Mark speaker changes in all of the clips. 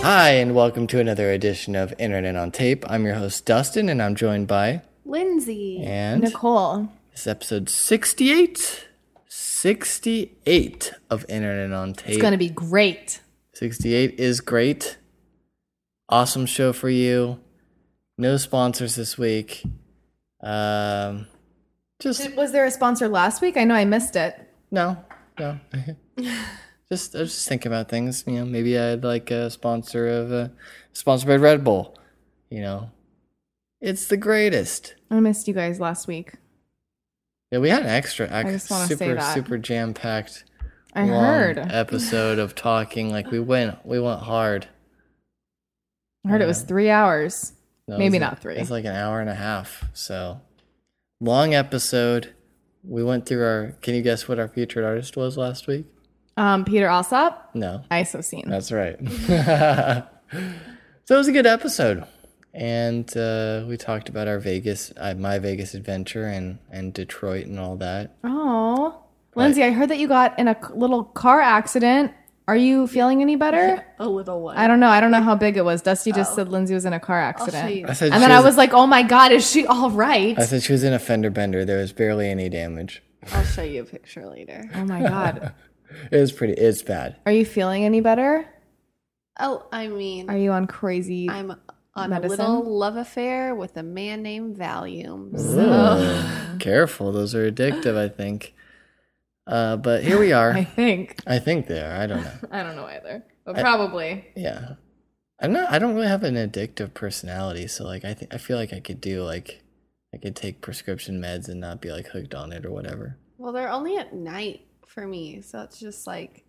Speaker 1: Hi, and welcome to another edition of Internet on Tape. I'm your host, Dustin, and I'm joined by
Speaker 2: Lindsay.
Speaker 1: and
Speaker 2: Nicole.
Speaker 1: this is episode 68. 68 of Internet on Tape.
Speaker 2: It's going to be great.
Speaker 1: 68 is great. Awesome show for you. No sponsors this week. Um, just
Speaker 2: Was there a sponsor last week? I know I missed it.
Speaker 1: no, no. just I was just thinking about things. You know, maybe I'd like a sponsor of uh, sponsored by Red Bull. You know, it's the greatest.
Speaker 2: I missed you guys last week.
Speaker 1: Yeah, we had an extra, ex-
Speaker 2: just wanna say
Speaker 1: super,
Speaker 2: that.
Speaker 1: super jam packed
Speaker 2: I
Speaker 1: long
Speaker 2: heard.
Speaker 1: uh,
Speaker 2: I
Speaker 1: episode of talking. Like we went, we went hard.
Speaker 2: heard it was three hours.
Speaker 1: No,
Speaker 2: Maybe
Speaker 1: it was
Speaker 2: not
Speaker 1: like-
Speaker 2: three.
Speaker 1: It's like an hour and a half. So long episode. We went through our. Can you guess what our featured artist was last week?
Speaker 2: Um, Peter Alsop,
Speaker 1: No,
Speaker 2: Isocene.
Speaker 1: that's right. so it was a good episode, and uh, we talked about our Vegas, uh, my Vegas adventure, and and Detroit and all that.
Speaker 2: Oh. Lindsay, I heard that you got in a c- little car accident. Are you feeling any better?
Speaker 3: a little one.
Speaker 2: I don't know. I don't know how big it was. Dusty just said Lindsay was in a car
Speaker 3: I'll show
Speaker 2: accident.
Speaker 3: you.
Speaker 1: I said,
Speaker 2: And then
Speaker 1: she
Speaker 2: I was like, oh my God, is she all right?
Speaker 1: I said she was in a fender bender. There was barely any damage.
Speaker 3: I'll show you a picture later.
Speaker 2: oh my God.
Speaker 1: It was pretty. It's bad.
Speaker 2: Are you feeling any better?
Speaker 3: Oh, I mean,
Speaker 2: Are you on crazy?
Speaker 3: I'm on
Speaker 2: Medicine?
Speaker 3: a little love affair with a man named Valium.
Speaker 2: Oh.
Speaker 1: Ooh, careful, those are addictive. I think. Uh, but here we
Speaker 2: I
Speaker 1: are.
Speaker 2: think.
Speaker 1: I think they are. I don't know.
Speaker 2: I don't know either, but probably.
Speaker 1: Yeah, I'm not. I don't really have an addictive personality, so like I think I feel like I could do like I could take prescription meds and not be like hooked on it or whatever.
Speaker 3: Well, they're only at night for me, so it's just like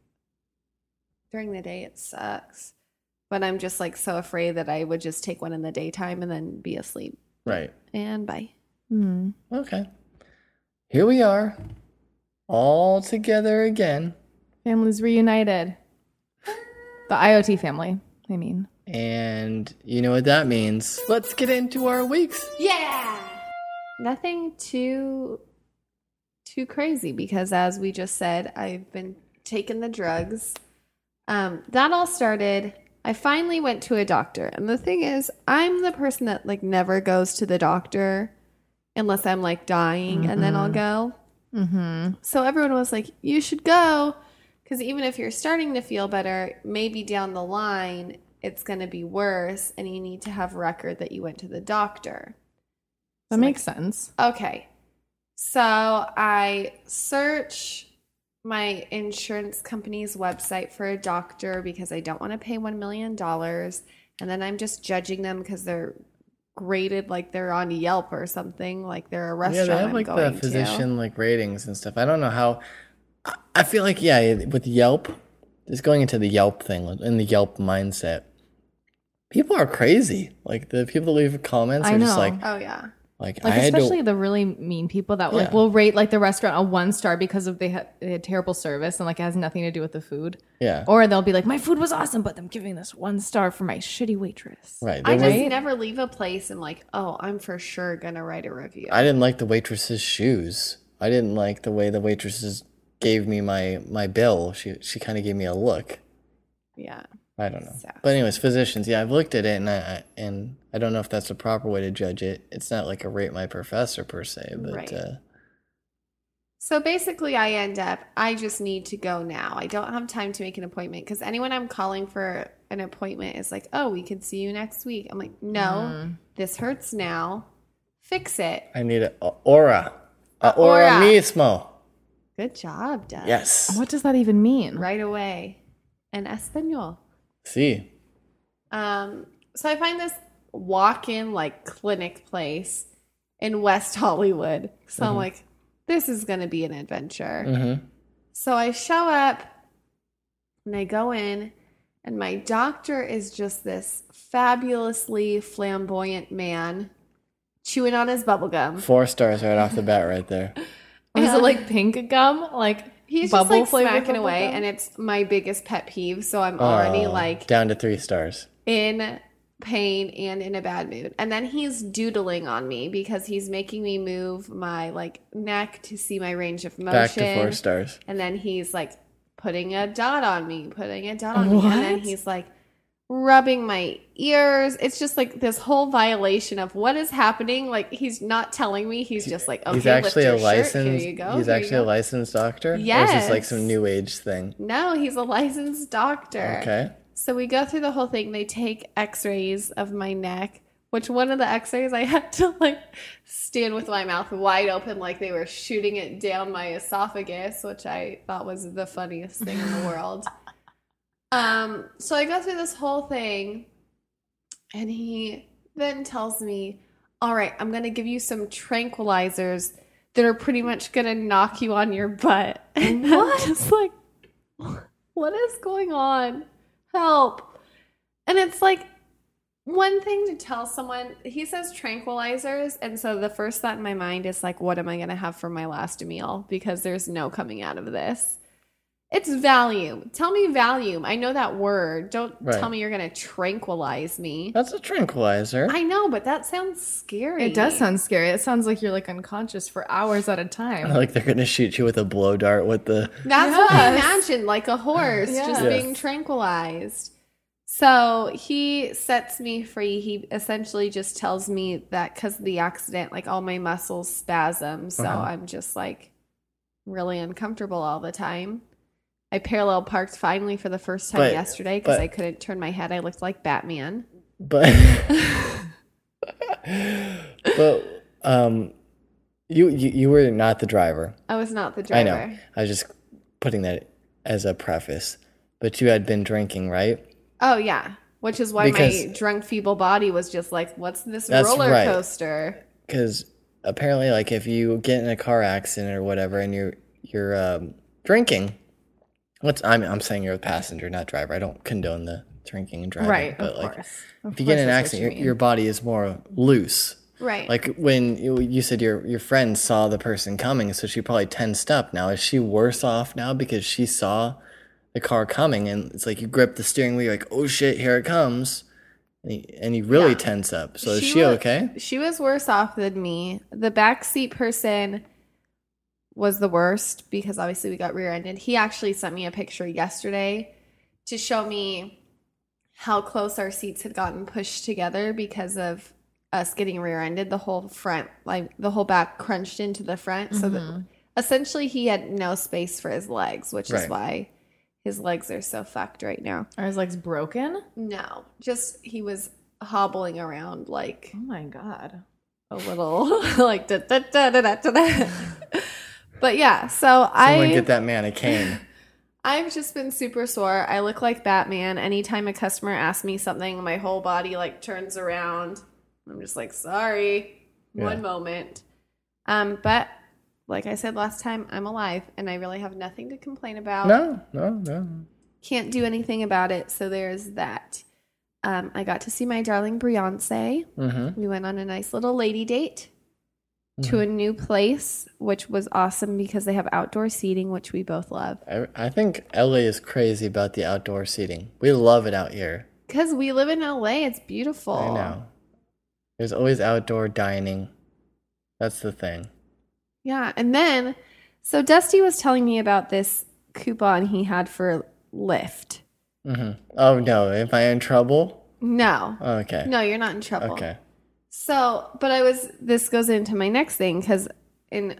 Speaker 3: during the day it sucks. But I'm just like so afraid that I would just take one in the daytime and then be asleep.
Speaker 1: Right.
Speaker 3: And bye.
Speaker 2: Hmm.
Speaker 1: Okay. Here we are, all together again,
Speaker 2: Families reunited. The IoT family, I mean.
Speaker 1: and you know what that means. Let's get into our weeks.
Speaker 3: Yeah. Nothing too too crazy because as we just said, I've been taking the drugs. Um, that all started. I finally went to a doctor. And the thing is, I'm the person that like never goes to the doctor unless I'm like dying and then I'll go.
Speaker 2: Mm-hmm.
Speaker 3: So everyone was like, you should go. Because even if you're starting to feel better, maybe down the line, it's going to be worse and you need to have record that you went to the doctor.
Speaker 2: That makes sense.
Speaker 3: Okay. So I search my insurance company's website for a doctor because I don't want to pay $1 million. And then I'm just judging them because they're graded like they're on Yelp or something, like they're a
Speaker 1: Yeah,
Speaker 3: restaurant.
Speaker 1: they have like
Speaker 3: I'm
Speaker 1: the
Speaker 3: going
Speaker 1: physician like ratings and stuff. I don't know how. I- I feel like yeah, with Yelp, just going into the Yelp thing in the Yelp mindset, people are crazy. Like the people that leave comments
Speaker 2: I
Speaker 1: are just
Speaker 2: know.
Speaker 1: like
Speaker 3: to. Oh, yeah.
Speaker 1: like, I
Speaker 2: Like
Speaker 1: had
Speaker 2: especially
Speaker 1: to.
Speaker 2: the really mean people that like
Speaker 1: Yeah.
Speaker 2: will rate like the restaurant a one star because of they had, they had terrible service and like it has nothing to do with the food.
Speaker 1: Yeah,
Speaker 2: Or they'll be like, my food was awesome, but I'm giving this one star for my shitty waitress.
Speaker 1: right.
Speaker 3: I
Speaker 1: There
Speaker 3: just
Speaker 1: was-
Speaker 3: never leave a place and like, oh, I'm for sure gonna write a review.
Speaker 1: I didn't like the waitress's shoes. I didn't like the way the waitresses gave me my my bill. She she kind of gave me a look.
Speaker 3: yeah.
Speaker 1: I don't know.
Speaker 3: Sassy.
Speaker 1: But anyways, physicians. Yeah, I've looked at it, and I, I and I don't know if that's the proper way to judge it. It's not like a rate my professor per se, but
Speaker 3: Right.
Speaker 1: uh,
Speaker 3: So basically, I end up, I just need to go now. I don't have time to make an appointment because anyone I'm calling for an appointment is like, oh, we can see you next week. I'm like, no, this hurts now. Fix it.
Speaker 1: I need a, a aura, a aura
Speaker 3: aura.
Speaker 1: mismo.
Speaker 3: Good job, Doug.
Speaker 1: Yes.
Speaker 2: What does that even mean?
Speaker 3: Right away. And Espanol.
Speaker 1: See,
Speaker 3: Um, so I find this walk-in like clinic place in West Hollywood. So I'm like, this is gonna be an adventure.
Speaker 1: Mhm.
Speaker 3: So I show up and I go in, and my doctor is just this fabulously flamboyant man chewing on his bubble gum.
Speaker 1: four stars right off the bat, right there.
Speaker 2: Is it like pink gum? Like
Speaker 3: He's
Speaker 2: bubble
Speaker 3: just like
Speaker 2: flavored
Speaker 3: smacking
Speaker 2: bubble
Speaker 3: away,
Speaker 2: gum?
Speaker 3: and it's my biggest pet peeve. So I'm already
Speaker 1: Oh,
Speaker 3: like
Speaker 1: down to three stars.
Speaker 3: in pain and in a bad mood. And then he's doodling on me because he's making me move my like neck to see my range of motion.
Speaker 1: Back to four stars.
Speaker 3: And then he's like putting a dot on me, putting a dot on me. And then
Speaker 2: What?
Speaker 3: he's like, rubbing my ears. It's just like this whole violation of what is happening. Like he's not telling me. He's just like, okay,
Speaker 1: he's actually a
Speaker 3: lift your shirt.
Speaker 1: licensed.
Speaker 3: Here you go.
Speaker 1: he's
Speaker 3: here you
Speaker 1: actually
Speaker 3: go."
Speaker 1: a licensed doctor. Or is this like some
Speaker 3: Yes.
Speaker 1: new age thing?
Speaker 3: No, he's a licensed doctor.
Speaker 1: Okay.
Speaker 3: So we go through the whole thing. They take x-rays of my neck, which one of the x-rays I had to like stand with my mouth wide open like they were shooting it down my esophagus, which I thought was the funniest thing in the world. Um, so I go through this whole thing and he then tells me, "All right, I'm going to give you some tranquilizers that are pretty much going to knock you on your butt." And I'm just like what is going on? Help. And it's like one thing to tell someone, he says tranquilizers. And so the first thought in my mind is like, what am I going to have for my last meal? Because there's no coming out of this. It's Valium. Tell me Valium. I know that word. Don't
Speaker 1: Right.
Speaker 3: tell me you're going to tranquilize me.
Speaker 1: That's a tranquilizer.
Speaker 3: I know, but that sounds scary.
Speaker 2: It does sound scary. It sounds like you're like unconscious for hours at a time.
Speaker 1: like they're gonna shoot you with a blow dart with the
Speaker 3: That's what I
Speaker 2: Yes.
Speaker 3: imagined, like a horse
Speaker 2: Yes.
Speaker 3: just being tranquilized. So he sets me free. He essentially just tells me that because of the accident, like all my muscles spasm. So
Speaker 1: Uh-huh.
Speaker 3: I'm just like really uncomfortable all the time. I parallel parked finally for the first time
Speaker 1: But-
Speaker 3: yesterday because
Speaker 1: but-
Speaker 3: I couldn't turn my head. I looked like Batman.
Speaker 1: but but um you, you you were not the driver.
Speaker 3: I was not the
Speaker 1: I
Speaker 3: driver.
Speaker 1: know. I was just putting that as a preface. But you had been drinking, right?
Speaker 3: Oh, yeah. Which is why my
Speaker 1: Because-
Speaker 3: drunk, feeble body was just like, what's this
Speaker 1: That's
Speaker 3: roller
Speaker 1: right.
Speaker 3: coaster?
Speaker 1: Because apparently, like if you get in a car accident or whatever, and you're you're um, drinking, what's I'm I'm saying you're a passenger, not driver. I don't condone the drinking and driving,
Speaker 2: Right,
Speaker 1: But
Speaker 2: of
Speaker 1: like,
Speaker 2: course.
Speaker 1: if you get in an
Speaker 2: that's what you
Speaker 1: accident,
Speaker 2: mean.
Speaker 1: your, your body is more loose.
Speaker 3: Right.
Speaker 1: Like when you, you said your your friend saw the person coming, so she probably tensed up. Now is she worse off now because she saw the car coming, and it's like you grip the steering wheel, you're like oh shit, here it comes, and you, and you really tense up. So is she
Speaker 3: wa-
Speaker 1: okay?
Speaker 3: She was worse off than me. The backseat person was the worst because obviously we got rear-ended. He actually sent me a picture yesterday to show me how close our seats had gotten pushed together because of us getting rear-ended. The whole front, like the whole back, crunched into the front. So
Speaker 1: Mm-hmm.
Speaker 3: that, essentially, he had no space for his legs, which is
Speaker 1: Right.
Speaker 3: why his legs are so fucked right now.
Speaker 2: Are his legs broken?
Speaker 3: No, just he was hobbling around like
Speaker 2: Oh my god.
Speaker 3: a little like da da da da da da. da. but yeah, so
Speaker 1: Someone
Speaker 3: I
Speaker 1: get that man a cane.
Speaker 3: I've just been super sore. I look like Batman. Anytime a customer asks me something, my whole body like turns around. I'm just like, sorry,
Speaker 1: Yeah.
Speaker 3: one moment. Um, but like I said last time, I'm alive and I really have nothing to complain about.
Speaker 1: no, no, no.
Speaker 3: Can't do anything about it. So there's that. Um, I got to see my darling Beyonce.
Speaker 1: Mm-hmm.
Speaker 3: We went on a nice little lady date to a new place, which was awesome because they have outdoor seating, which we both love.
Speaker 1: I, I think LA is crazy about the outdoor seating. We love it out here.
Speaker 3: Because we live in LA, it's beautiful.
Speaker 1: I know. There's always outdoor dining. That's the thing.
Speaker 3: Yeah. And then, so Dusty was telling me about this coupon he had for Lyft.
Speaker 1: hmm Oh no! Am I in trouble?
Speaker 3: No,
Speaker 1: Okay.
Speaker 3: no, you're not in trouble.
Speaker 1: Okay.
Speaker 3: So, but I was, this goes into my next thing because in,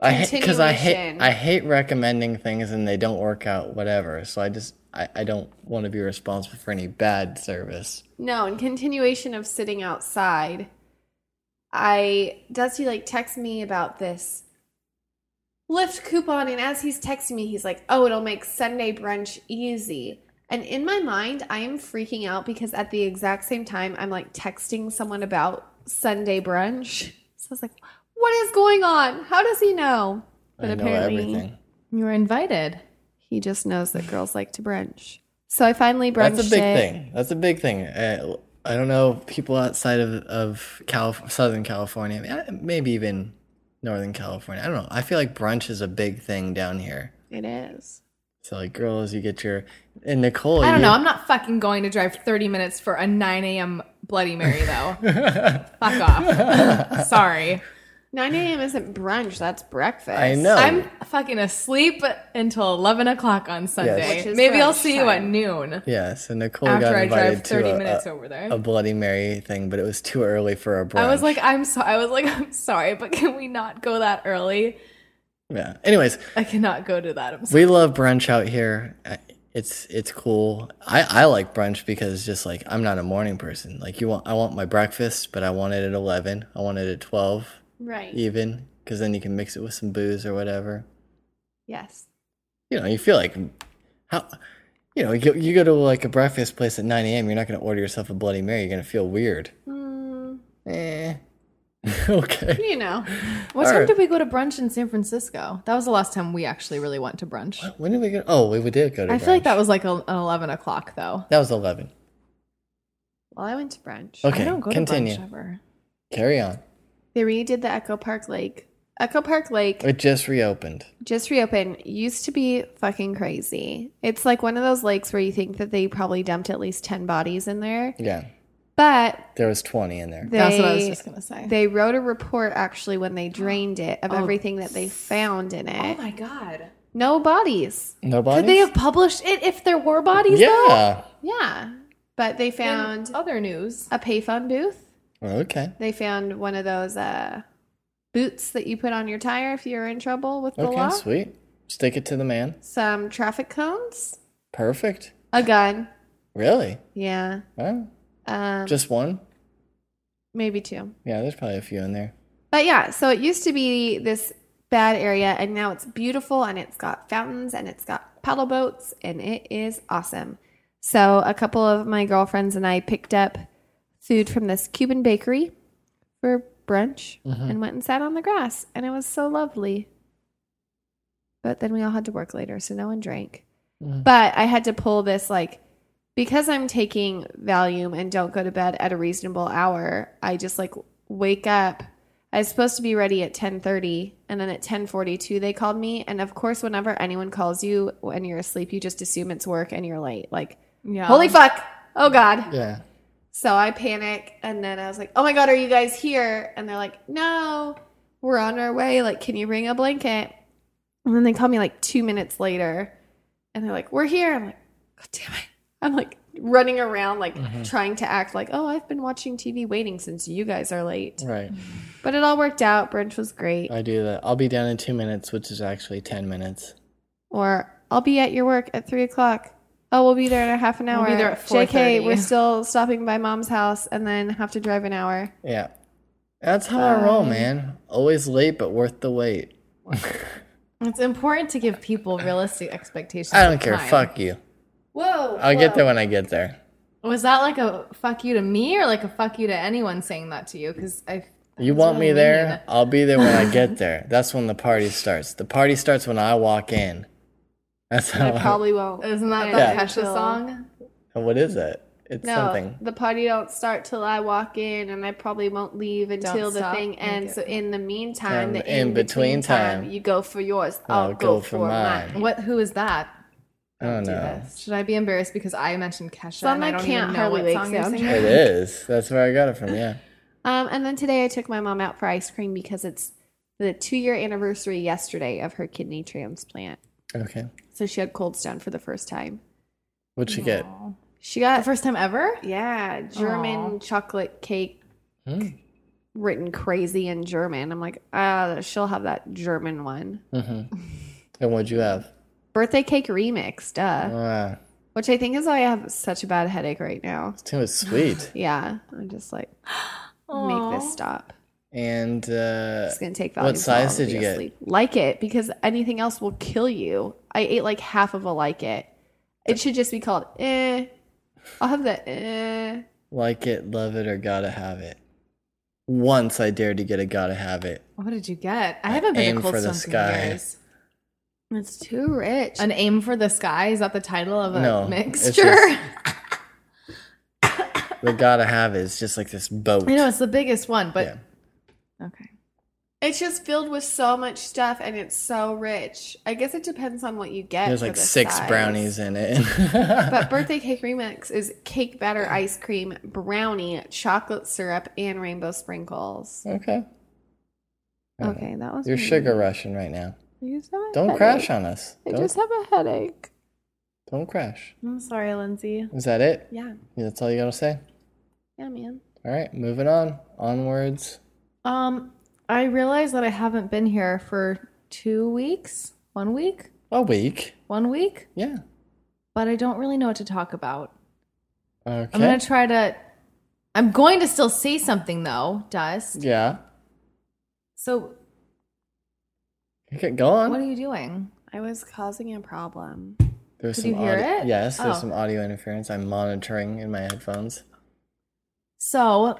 Speaker 1: I hate because I hate
Speaker 3: Continuation.
Speaker 1: I hate recommending things and they don't work out. Whatever. So I just I, I don't want to be responsible for any bad service.
Speaker 3: No, in continuation of sitting outside, I Dusty like texts me about this Lyft coupon, and as he's texting me, he's like, "Oh, it'll make Sunday brunch easy." And in my mind, I am freaking out because at the exact same time, I'm like texting someone about Sunday brunch. So I was like, "What is going on? How does he know?" But
Speaker 1: I know
Speaker 3: apparently,
Speaker 1: everything.
Speaker 2: You were invited.
Speaker 3: he just knows that girls like to brunch. So I finally brunched
Speaker 1: That's a big
Speaker 3: it.
Speaker 1: thing. That's a big thing. Uh, I don't know people outside of of Calif- Southern California, I mean, maybe even Northern California. I don't know. I feel like brunch is a big thing down here.
Speaker 3: It is.
Speaker 1: So like girls, you get your and Nicole.
Speaker 2: I don't
Speaker 1: you-
Speaker 2: know. I'm not fucking going to drive 30 minutes for a 9 a.m. Bloody Mary, though. Fuck off. Sorry.
Speaker 3: 9 a.m. isn't brunch. That's breakfast.
Speaker 1: I know.
Speaker 2: I'm fucking asleep until 11 o'clock on Sunday.
Speaker 3: Which is
Speaker 2: Maybe I'll
Speaker 3: brunch
Speaker 2: see you at
Speaker 3: time.
Speaker 2: noon
Speaker 1: yeah, so Nicole
Speaker 2: after
Speaker 1: got
Speaker 2: I drive
Speaker 1: invited
Speaker 2: 30
Speaker 1: to
Speaker 2: minutes
Speaker 1: a,
Speaker 2: over there.
Speaker 1: a, a Bloody Mary thing, but it was too early for a brunch.
Speaker 2: I was like, I'm so. I was like, I'm sorry, but can we not go that early?
Speaker 1: yeah. Anyways,
Speaker 2: I cannot go to that. I'm sorry.
Speaker 1: we love brunch out here. I- It's it's cool. I, I like brunch because just like I'm not a morning person. Like you want, I want my breakfast, but I want it at eleven. I want it at twelve,
Speaker 3: Right.
Speaker 1: even, because then you can mix it with some booze or whatever.
Speaker 3: Yes.
Speaker 1: you know, you feel like how you know, you go, you go to like a breakfast place at 9 a.m. You're not going to order yourself a Bloody Mary. You're going to feel weird.
Speaker 2: Hmm.
Speaker 3: Mm,
Speaker 1: Eh. okay.
Speaker 3: you know.
Speaker 2: What
Speaker 1: all
Speaker 2: time
Speaker 1: right.
Speaker 2: did we go to brunch in San Francisco? That was the last time we actually really went to brunch.
Speaker 1: When did we go? Oh, we, we did go to.
Speaker 2: I feel like
Speaker 1: brunch.
Speaker 2: that was like a, an 11 o'clock though.
Speaker 1: that was 11.
Speaker 3: Well, I went to brunch.
Speaker 1: Okay.
Speaker 2: I don't go
Speaker 1: continue.
Speaker 2: to brunch ever.
Speaker 1: Carry on.
Speaker 3: They redid the Echo Park Lake. Echo Park Lake
Speaker 1: It just reopened.
Speaker 3: just reopened. Used to be fucking crazy. It's like one of those lakes where you think that they probably dumped at least 10 bodies in there.
Speaker 1: Yeah,
Speaker 3: But
Speaker 1: there was 20 in there.
Speaker 3: they,
Speaker 2: That's what I was just gonna say. Oh.
Speaker 3: they wrote a report actually when they drained it of everything that they found in it.
Speaker 2: my god!
Speaker 3: no bodies.
Speaker 1: No bodies.
Speaker 2: Could they have published it if there were bodies? though?
Speaker 1: yeah.
Speaker 3: Yeah. But they found
Speaker 2: In other news.
Speaker 3: a payphone booth.
Speaker 1: Okay.
Speaker 3: They found one of those uh, boots that you put on your tire if you're in trouble with the
Speaker 1: Okay.
Speaker 3: law.
Speaker 1: Sweet. Stick it to the man.
Speaker 3: Some traffic cones.
Speaker 1: Perfect.
Speaker 3: A gun.
Speaker 1: Really?
Speaker 3: Yeah.
Speaker 1: Huh?
Speaker 3: Um,
Speaker 1: Just one?
Speaker 3: maybe two.
Speaker 1: Yeah. There's probably a few in there.
Speaker 3: But yeah, so it used to be this bad area, and now it's beautiful, and it's got fountains, and it's got paddle boats, and it is awesome. So a couple of my girlfriends and I picked up food from this Cuban bakery for brunch, and went and sat on the grass, and it was so lovely. But then we all had to work later, so no one drank. But I had to pull this like because I'm taking Valium and don't go to bed at a reasonable hour, I just like wake up. I was supposed to be ready at 10:30 and then at 10:42 they called me and of course whenever anyone calls you when you're asleep you just assume it's work and you're late like
Speaker 2: Yeah.
Speaker 3: holy fuck oh god
Speaker 1: Yeah.
Speaker 3: so I panic and then I was like oh my god are you guys here and they're like no we're on our way like can you bring a blanket and then they call me like 2 minutes later and they're like, "We're here." I'm like, "God damn it!" I'm like running around, like
Speaker 1: Mm-hmm.
Speaker 3: trying to act like, "Oh, I've been watching TV, waiting since you guys are late."
Speaker 1: Right.
Speaker 3: But it all worked out. Brunch was great.
Speaker 1: I do that. I'll be down in two minutes, which is actually ten minutes.
Speaker 3: Or I'll be at your work at three o'clock. Oh, we'll be there in a half an hour.
Speaker 2: We'll be there at
Speaker 3: JK,
Speaker 2: 4:30.
Speaker 3: we're still stopping by mom's house and then have to drive an hour.
Speaker 1: Yeah, that's how I
Speaker 2: Um,
Speaker 1: roll, man. Always late, but worth the wait.
Speaker 2: It's important to give people realistic expectations.
Speaker 1: I
Speaker 2: of
Speaker 1: don't care.
Speaker 2: time.
Speaker 1: Fuck you.
Speaker 3: Whoa!
Speaker 1: I'll get there when I get there.
Speaker 2: Was that like a fuck you to me or like a fuck you to anyone saying that to you? Because I.
Speaker 1: You
Speaker 2: that's
Speaker 1: want me
Speaker 2: really mean.
Speaker 1: there? I'll be there when I get there. That's when the party starts. The party starts when I walk in. That's how.
Speaker 3: I probably won't.
Speaker 2: Isn't that
Speaker 3: I
Speaker 2: that
Speaker 1: Yeah.
Speaker 2: Kesha
Speaker 3: will.
Speaker 2: song?
Speaker 1: what is it? It's
Speaker 3: No,
Speaker 1: something.
Speaker 3: the party don't start till I walk in, and I probably won't leave until the
Speaker 2: stop
Speaker 3: thing
Speaker 2: and
Speaker 3: ends. So
Speaker 2: get-
Speaker 3: in the meantime,
Speaker 1: Um,
Speaker 3: the
Speaker 1: in
Speaker 3: in between
Speaker 1: between
Speaker 3: time,
Speaker 1: time,
Speaker 3: you go for yours. I'll, go, for, mine.
Speaker 2: What? Who is that?
Speaker 1: I don't
Speaker 2: do
Speaker 1: know.
Speaker 2: this. Should I be embarrassed because I mentioned Kesha?
Speaker 3: Some
Speaker 2: and
Speaker 3: I
Speaker 2: I don't
Speaker 3: can't
Speaker 2: even know
Speaker 3: hardly
Speaker 2: what
Speaker 3: wake
Speaker 2: song you're
Speaker 3: sound.
Speaker 2: singing?
Speaker 1: It is. That's where I got it from. Yeah.
Speaker 3: Um, and then today I took my mom out for ice cream because it's the two year anniversary yesterday of her kidney transplant.
Speaker 1: Okay.
Speaker 3: So she had cold stone for the first time.
Speaker 1: What'd you get?
Speaker 2: Aw.
Speaker 3: She
Speaker 2: The
Speaker 3: got
Speaker 2: first time ever?
Speaker 3: yeah German chocolate cake Hmm.
Speaker 1: Mm-hmm.
Speaker 3: written crazy in German. I'm like, ah, she'll have that German one.
Speaker 1: Mm-hmm. And what'd you have?
Speaker 3: Birthday cake remix, duh.
Speaker 1: Ah,
Speaker 3: Which I think is why I have such a bad headache right now.
Speaker 1: it's too sweet.
Speaker 3: Yeah, I'm just like, make
Speaker 2: Aw.
Speaker 3: this stop.
Speaker 1: And uh,
Speaker 3: It's gonna take Valium.
Speaker 1: What
Speaker 3: till
Speaker 1: size
Speaker 3: I'll
Speaker 1: did
Speaker 3: be
Speaker 1: you get?
Speaker 3: asleep. Like it because anything else will kill you. I ate like half of a like it. It should just be called eh. I'll have the eh.
Speaker 1: like it, love it, or gotta have it. Once I dared to get a gotta have it.
Speaker 2: What did you get? I haven't been
Speaker 1: aim
Speaker 2: to Cold
Speaker 1: for the
Speaker 2: Stone
Speaker 1: sky.
Speaker 2: in years.
Speaker 3: It's too rich.
Speaker 2: An aim for the sky is that the title of a
Speaker 1: No, it's
Speaker 2: mixture?
Speaker 1: just- The gotta have it is just like this boat.
Speaker 2: I know it's the biggest one, but okay.
Speaker 3: it's just filled with so much stuff and it's so rich. I guess it depends on what you get.
Speaker 1: There's
Speaker 3: for
Speaker 1: like
Speaker 3: the
Speaker 1: six
Speaker 3: size.
Speaker 1: brownies in it.
Speaker 3: But birthday cake remix is cake batter ice cream, brownie, chocolate syrup, and rainbow sprinkles.
Speaker 1: okay. Okay.
Speaker 3: Okay, that was
Speaker 1: You're
Speaker 3: really-
Speaker 1: sugar rushing right now.
Speaker 3: I just have a
Speaker 1: Don't
Speaker 3: headache.
Speaker 1: crash on us.
Speaker 3: I
Speaker 1: Don't,
Speaker 3: just have a headache.
Speaker 1: don't crash.
Speaker 3: I'm sorry, Lindsay.
Speaker 1: Is that it?
Speaker 3: Yeah,
Speaker 1: That's all you gotta say?
Speaker 3: yeah, man.
Speaker 1: All right, moving on. Onwards.
Speaker 2: Um, I realize that I haven't been here for two weeks, one week,
Speaker 1: A week.
Speaker 2: one week,
Speaker 1: Yeah.
Speaker 2: but I don't really know what to talk about.
Speaker 1: Okay.
Speaker 2: I'm gonna try to. I'm going to still say something though, Dust.
Speaker 1: yeah.
Speaker 2: So,
Speaker 1: Okay, go on.
Speaker 2: what are you doing?
Speaker 3: I was causing a problem.
Speaker 1: There's
Speaker 2: Could
Speaker 1: some
Speaker 2: you hear
Speaker 1: audio-
Speaker 2: it?
Speaker 1: Yes, there's
Speaker 2: Oh.
Speaker 1: some audio interference. I'm monitoring in my headphones.
Speaker 2: So,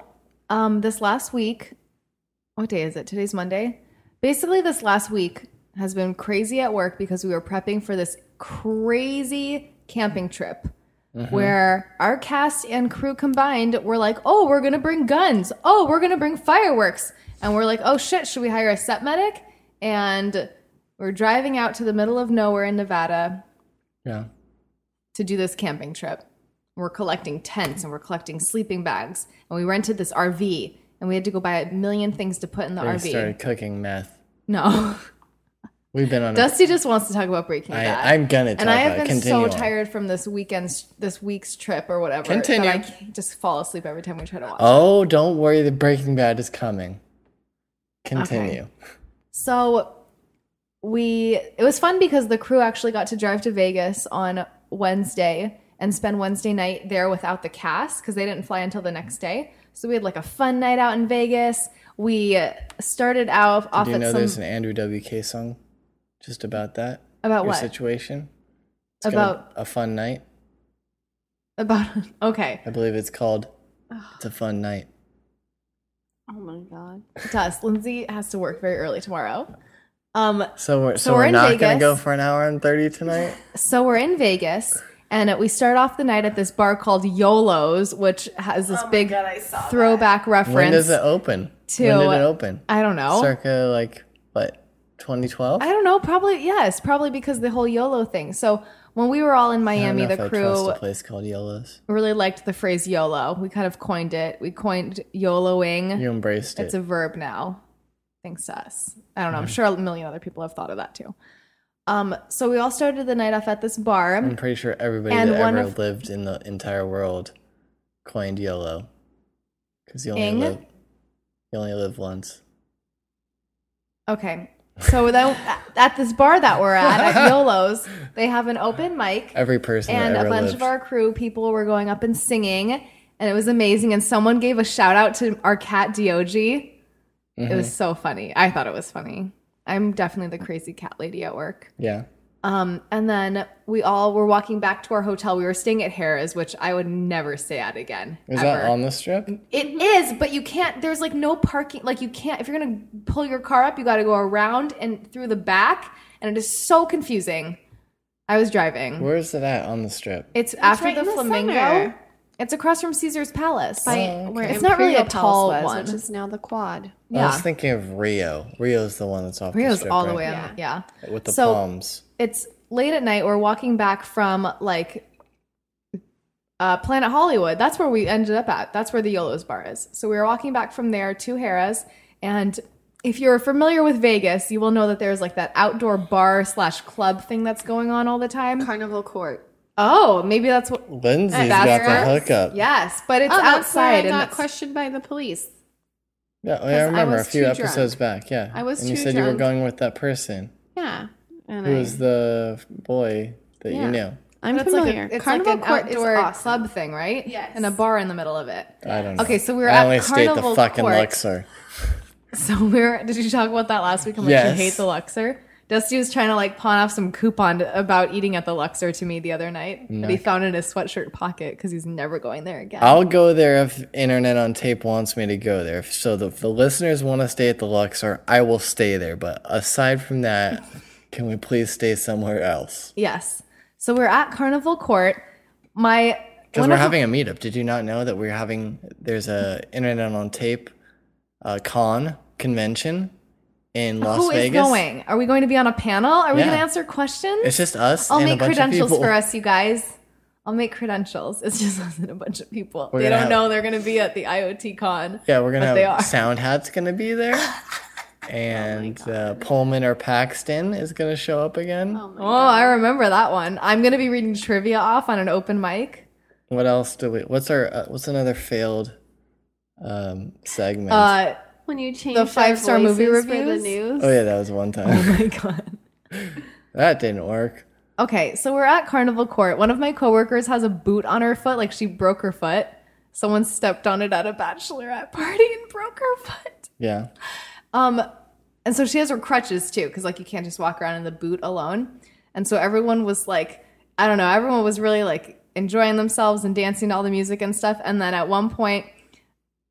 Speaker 2: um, this last week, what day is it? Today's Monday. Basically, this last week has been crazy at work because we were prepping for this crazy camping trip where our cast and crew combined were like, oh, we're going to bring guns. Oh, we're going to bring fireworks. And we're like, oh shit, should we hire a set medic? And we're driving out to the middle of nowhere in Nevada
Speaker 1: Yeah.
Speaker 2: to do this camping trip. We're collecting tents and we're collecting sleeping bags, and we rented this RV, and we had to go buy a million things to put in the
Speaker 1: We
Speaker 2: RV.
Speaker 1: started cooking meth.
Speaker 2: No,
Speaker 1: We've been on.
Speaker 2: Dusty just wants to talk about Breaking
Speaker 1: I,
Speaker 2: Bad,
Speaker 1: I'm gonna talk
Speaker 2: and I have
Speaker 1: about it.
Speaker 2: been
Speaker 1: Continue
Speaker 2: so
Speaker 1: on.
Speaker 2: tired from this weekend's this week's trip or whatever
Speaker 1: Continue.
Speaker 2: that I can't- just fall asleep every time we try to watch.
Speaker 1: Oh, don't worry. The Breaking Bad is coming. Continue.
Speaker 2: So we it was fun because the crew actually got to drive to Vegas on Wednesday and spend Wednesday night there without the cast because they didn't fly until the next day. So we had like a fun night out in Vegas. We started out off
Speaker 1: Do you
Speaker 2: at
Speaker 1: know
Speaker 2: some
Speaker 1: there's an Andrew WK song just about that?
Speaker 2: about
Speaker 1: Your
Speaker 2: what
Speaker 1: situation? It's gonna-
Speaker 2: about
Speaker 1: a fun night.
Speaker 2: about okay
Speaker 1: I believe it's called It's a Fun Night.
Speaker 3: Oh my god.
Speaker 2: Dust Lindsay has to work very early tomorrow. Um,
Speaker 1: So we're, so
Speaker 2: we're
Speaker 1: we're
Speaker 2: in
Speaker 1: not going to
Speaker 2: Vegas.
Speaker 1: go for an hour and 30 tonight?
Speaker 2: so we're in Vegas and we start off the night at this bar called Yolo's, which has this big throwback reference.
Speaker 1: when does it open? when
Speaker 2: to-
Speaker 1: did it open?
Speaker 2: I don't know.
Speaker 1: Circa like, what, 2012?
Speaker 2: I don't know. Probably yes. Probably because the whole YOLO thing. So when we were all in Miami, the
Speaker 1: I trust
Speaker 2: crew
Speaker 1: a place called Yellows.
Speaker 2: really liked the phrase YOLO. We kind of coined it. We coined YOLOing.
Speaker 1: You embraced
Speaker 2: It's
Speaker 1: it.
Speaker 2: a verb now. Thanks to us. I don't know. I'm sure a million other people have thought of that too. Um, so we all started the night off at this bar.
Speaker 1: I'm pretty sure everybody
Speaker 2: And
Speaker 1: that
Speaker 2: one
Speaker 1: ever
Speaker 2: of-
Speaker 1: lived in the entire world coined YOLO. Because you only
Speaker 2: Ing?
Speaker 1: live you only live once.
Speaker 2: Okay. So then at this bar that we're at, at YOLO's, they have an open mic.
Speaker 1: Every person
Speaker 2: and
Speaker 1: that
Speaker 2: a
Speaker 1: ever
Speaker 2: bunch
Speaker 1: lived.
Speaker 2: of our crew people were going up and singing and it was amazing and someone gave a shout out to our cat diogi it
Speaker 1: Mm-hmm.
Speaker 2: was so funny i thought it was funny i'm definitely the crazy cat lady at work
Speaker 1: yeah.
Speaker 2: um, and then we all were walking back to our hotel we were staying at harris which i would never stay at again
Speaker 1: Is
Speaker 2: ever.
Speaker 1: that on the strip?
Speaker 2: It is, but you can't. There's like no parking. Like you can't. If you're gonna pull your car up, you got to go around and through the back, and it is so confusing. I was driving.
Speaker 1: Where is it at on the strip?
Speaker 2: It's after
Speaker 3: right
Speaker 2: the
Speaker 3: in the
Speaker 2: flamingo.
Speaker 3: center.
Speaker 2: It's across from Caesar's Palace.
Speaker 1: okay.
Speaker 3: where
Speaker 2: It's not really a
Speaker 3: Imperial Palace
Speaker 2: tall
Speaker 3: was,
Speaker 2: one.
Speaker 3: which is now the quad.
Speaker 1: I
Speaker 2: yeah,
Speaker 1: was thinking of Rio. Rio's the one that's off the
Speaker 2: Rio's
Speaker 1: strip.
Speaker 2: all the
Speaker 1: right?
Speaker 2: way up. Yeah.
Speaker 1: With the
Speaker 2: So-
Speaker 1: palms.
Speaker 2: it's late at night. We're walking back from like uh, Planet Hollywood. That's where we ended up at. That's where the Yolo's bar is. So we were walking back from there to Harrah's, and if you're familiar with Vegas, you will know that there's like that outdoor bar slash club thing that's going on all the time.
Speaker 3: Carnival Court.
Speaker 2: Oh, maybe that's what.
Speaker 1: Lindsay's
Speaker 2: That's
Speaker 1: got the
Speaker 2: where-
Speaker 1: hookup.
Speaker 2: Yes, but it's
Speaker 3: Oh, that's where I
Speaker 2: outside. and
Speaker 3: got
Speaker 2: that's-
Speaker 3: questioned by the police.
Speaker 1: Yeah, I
Speaker 3: 'Cause I
Speaker 1: remember a
Speaker 3: was
Speaker 1: few
Speaker 3: too
Speaker 1: episodes back. Yeah,
Speaker 3: I was
Speaker 1: And you
Speaker 3: too
Speaker 1: said you were
Speaker 3: drunk.
Speaker 1: going with that person
Speaker 3: Yeah. And
Speaker 1: who
Speaker 3: I,
Speaker 1: was the boy that you
Speaker 3: Yeah.
Speaker 1: knew.
Speaker 3: I'm
Speaker 2: That's
Speaker 3: familiar.
Speaker 2: Like a, it's
Speaker 3: Carnival
Speaker 2: like an
Speaker 3: Court
Speaker 2: outdoor
Speaker 3: is awesome.
Speaker 2: club thing, right?
Speaker 3: Yes.
Speaker 2: And a bar in the middle of it.
Speaker 1: I don't know.
Speaker 2: Okay, so we were
Speaker 1: I
Speaker 2: at
Speaker 1: only stayed at the
Speaker 2: Carnival
Speaker 1: fucking
Speaker 2: Court.
Speaker 1: Luxor.
Speaker 2: So we we're did you talk about that last week? How much
Speaker 1: Yes.
Speaker 2: you hate the Luxor? Dusty was trying to like pawn off some coupon to- about eating at the Luxor to me the other night that he found in his sweatshirt pocket because he's never going there again.
Speaker 1: I'll go there if Internet on Tape wants me to go there. If- So the, if the listeners want to stay at the Luxor, I will stay there. But aside from that, can we please stay somewhere else?
Speaker 2: yes. So we we're at Carnival Court. My
Speaker 1: Because
Speaker 2: one
Speaker 1: we're
Speaker 2: of-
Speaker 1: having a meetup. Did you not know that we're having there's a Internet on Tape uh, con convention in Las
Speaker 2: who is
Speaker 1: Vegas?
Speaker 2: going? Are we going to be on a panel? Are we
Speaker 1: Yeah.
Speaker 2: going to answer questions?
Speaker 1: It's just us.
Speaker 2: I'll
Speaker 1: and
Speaker 2: make
Speaker 1: a bunch
Speaker 2: credentials
Speaker 1: of people.
Speaker 2: for us, you guys. I'll make credentials. It's just us and a bunch of people. they
Speaker 1: gonna
Speaker 2: don't
Speaker 1: have-
Speaker 2: know they're going to be at the IoT con.
Speaker 1: Yeah, we're gonna
Speaker 2: But they Oh
Speaker 1: have
Speaker 2: are.
Speaker 1: Sound Hat's gonna be there. and uh, Pullman or Paxton is going to show up again.
Speaker 3: Oh my
Speaker 2: Oh, I remember that one. I'm gonna be reading trivia off on an open mic.
Speaker 1: What else do we? What's our? Uh, what's another failed um, segment?
Speaker 2: Uh,
Speaker 3: when you change
Speaker 2: the five-star movie
Speaker 3: for the
Speaker 2: reviews?
Speaker 3: news.
Speaker 1: oh yeah, that was one time.
Speaker 2: oh my god.
Speaker 1: that didn't work.
Speaker 2: Okay, so we're at Carnival Court. One of my coworkers has a boot on her foot, like she broke her foot. Someone stepped on it at a bachelorette party and broke her foot.
Speaker 1: Yeah.
Speaker 2: Um, and so she has her crutches too, because like you can't just walk around in the boot alone. And so everyone was like, I don't know, everyone was really like enjoying themselves and dancing to all the music and stuff. And then at one point,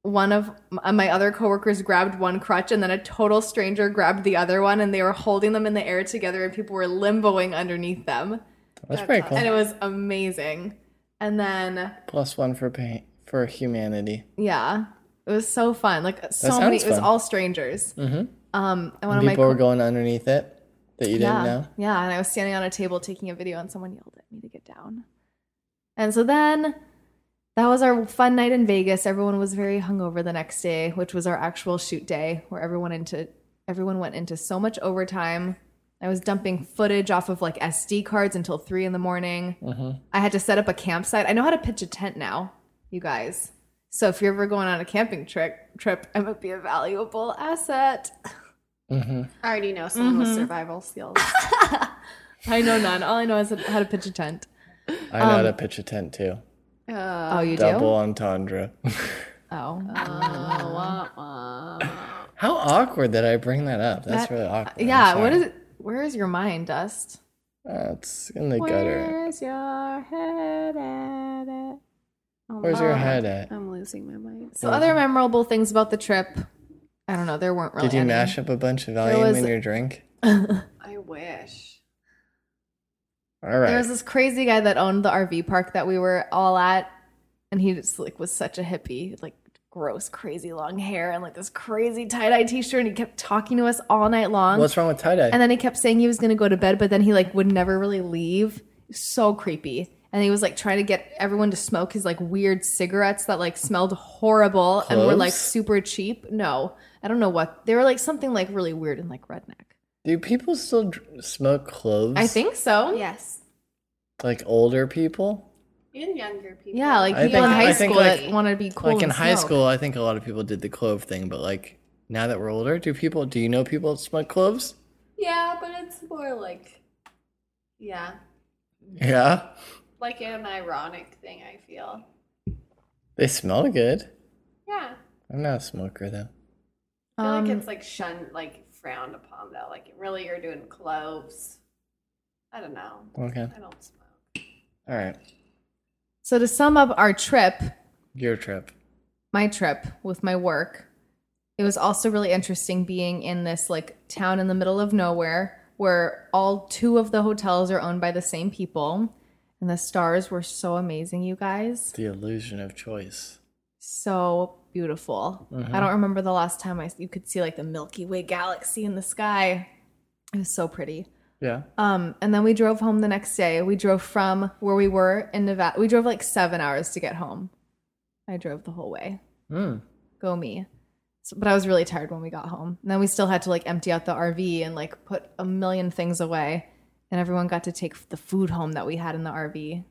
Speaker 2: one of m- uh, my other coworkers grabbed one crutch, and then a total stranger grabbed the other one, and they were holding them in the air together, and people were limboing underneath them.
Speaker 1: That's pretty cool.
Speaker 2: And it was amazing. And then,
Speaker 1: Plus one for pain for humanity.
Speaker 2: yeah, it was so fun. Like so many,
Speaker 1: sounds
Speaker 2: it was
Speaker 1: fun.
Speaker 2: all strangers. Mm-hmm. Um, and one of my
Speaker 1: People were
Speaker 2: co-
Speaker 1: going underneath it that you
Speaker 2: yeah,
Speaker 1: didn't know.
Speaker 2: yeah. And I was standing on a table taking a video, and someone yelled at me to get down. And so then, that was our fun night in Vegas. Everyone was very hungover the next day, which was our actual shoot day, where everyone into everyone went into so much overtime. I was dumping footage off of like SD cards until three in the morning. I had to set up a campsite. I know how to pitch a tent now, you guys. So if you're ever going on a camping trip, trip, I might be a valuable asset.
Speaker 3: I already know someone with
Speaker 2: Mm-hmm.
Speaker 3: survival skills.
Speaker 2: I know none. All I know is how to pitch a tent.
Speaker 1: I know
Speaker 2: Um,
Speaker 1: how to pitch a tent too.
Speaker 2: Oh, you
Speaker 1: Double entendre.
Speaker 2: do? Oh.
Speaker 3: Uh,
Speaker 1: How awkward that I bring that up. That's
Speaker 2: That-
Speaker 1: really awkward. I'm
Speaker 2: yeah, what
Speaker 1: sorry.
Speaker 2: is it? Where is your mind, Dust?
Speaker 1: Uh, it's in the gutter.
Speaker 3: Where's your head at? it? Oh
Speaker 1: Where's
Speaker 3: my
Speaker 1: your
Speaker 3: God.
Speaker 1: head at?
Speaker 3: I'm losing my mind.
Speaker 2: So other memorable things about the trip. I don't know. There weren't really
Speaker 1: Mm-hmm. Did you
Speaker 2: any.
Speaker 1: mash up a bunch of volume
Speaker 2: was-
Speaker 1: in your drink?
Speaker 3: I wish.
Speaker 1: All
Speaker 2: There was
Speaker 1: right.
Speaker 2: this crazy guy that owned the RV park that we were all at, and he just like was such a hippie, like gross, crazy long hair and like this crazy tie dye t shirt, and he kept talking to us all night long.
Speaker 1: What's wrong with tie dye?
Speaker 2: and then he kept saying he was going to go to bed, but then he like would never really leave. So creepy. And he was like trying to get everyone to smoke his like weird cigarettes that like smelled horrible and were like
Speaker 1: Cloves?
Speaker 2: super cheap. No, I don't know what they were like something like really weird and like redneck.
Speaker 1: Do people still dr- smoke cloves?
Speaker 2: I think so.
Speaker 3: Yes.
Speaker 1: like older people.
Speaker 3: And younger people.
Speaker 2: Yeah, like
Speaker 1: I
Speaker 2: people
Speaker 1: think-
Speaker 2: in high
Speaker 1: I think,
Speaker 2: school
Speaker 1: like-
Speaker 2: that want to be cool.
Speaker 1: like in
Speaker 2: and
Speaker 1: high
Speaker 2: smoke.
Speaker 1: school, I think a lot of people did the clove thing, but like now that we're older, do people? Do you know people that smoke cloves?
Speaker 3: Yeah, but it's more like, yeah,
Speaker 1: Yeah,
Speaker 3: like an ironic thing. I feel.
Speaker 1: they smell good.
Speaker 3: Yeah,
Speaker 1: I'm not a smoker though.
Speaker 3: I feel
Speaker 2: Um,
Speaker 3: like it's like shunned, like frowned upon though. Like really, you're doing cloves. I don't know.
Speaker 1: Okay,
Speaker 3: I don't smoke.
Speaker 1: all right,
Speaker 2: So to sum up our trip,
Speaker 1: your trip.
Speaker 2: my trip with my work, it was also really interesting being in this like town in the middle of nowhere where all two of the hotels are owned by the same people. And the stars were so amazing, you guys.
Speaker 1: The illusion of choice.
Speaker 2: So beautiful. I don't remember the last time I you could see like the Milky Way galaxy in the sky. It was so pretty.
Speaker 1: Yeah,
Speaker 2: Um, and then we drove home the next day. We drove from where we were in Nevada. We drove like seven hours to get home. I drove the whole way.
Speaker 1: Mm.
Speaker 2: Go me. So, but I was really tired when we got home. And then we still had to like empty out the RV and like put a million things away. And everyone got to take f- the food home that we had in the RV.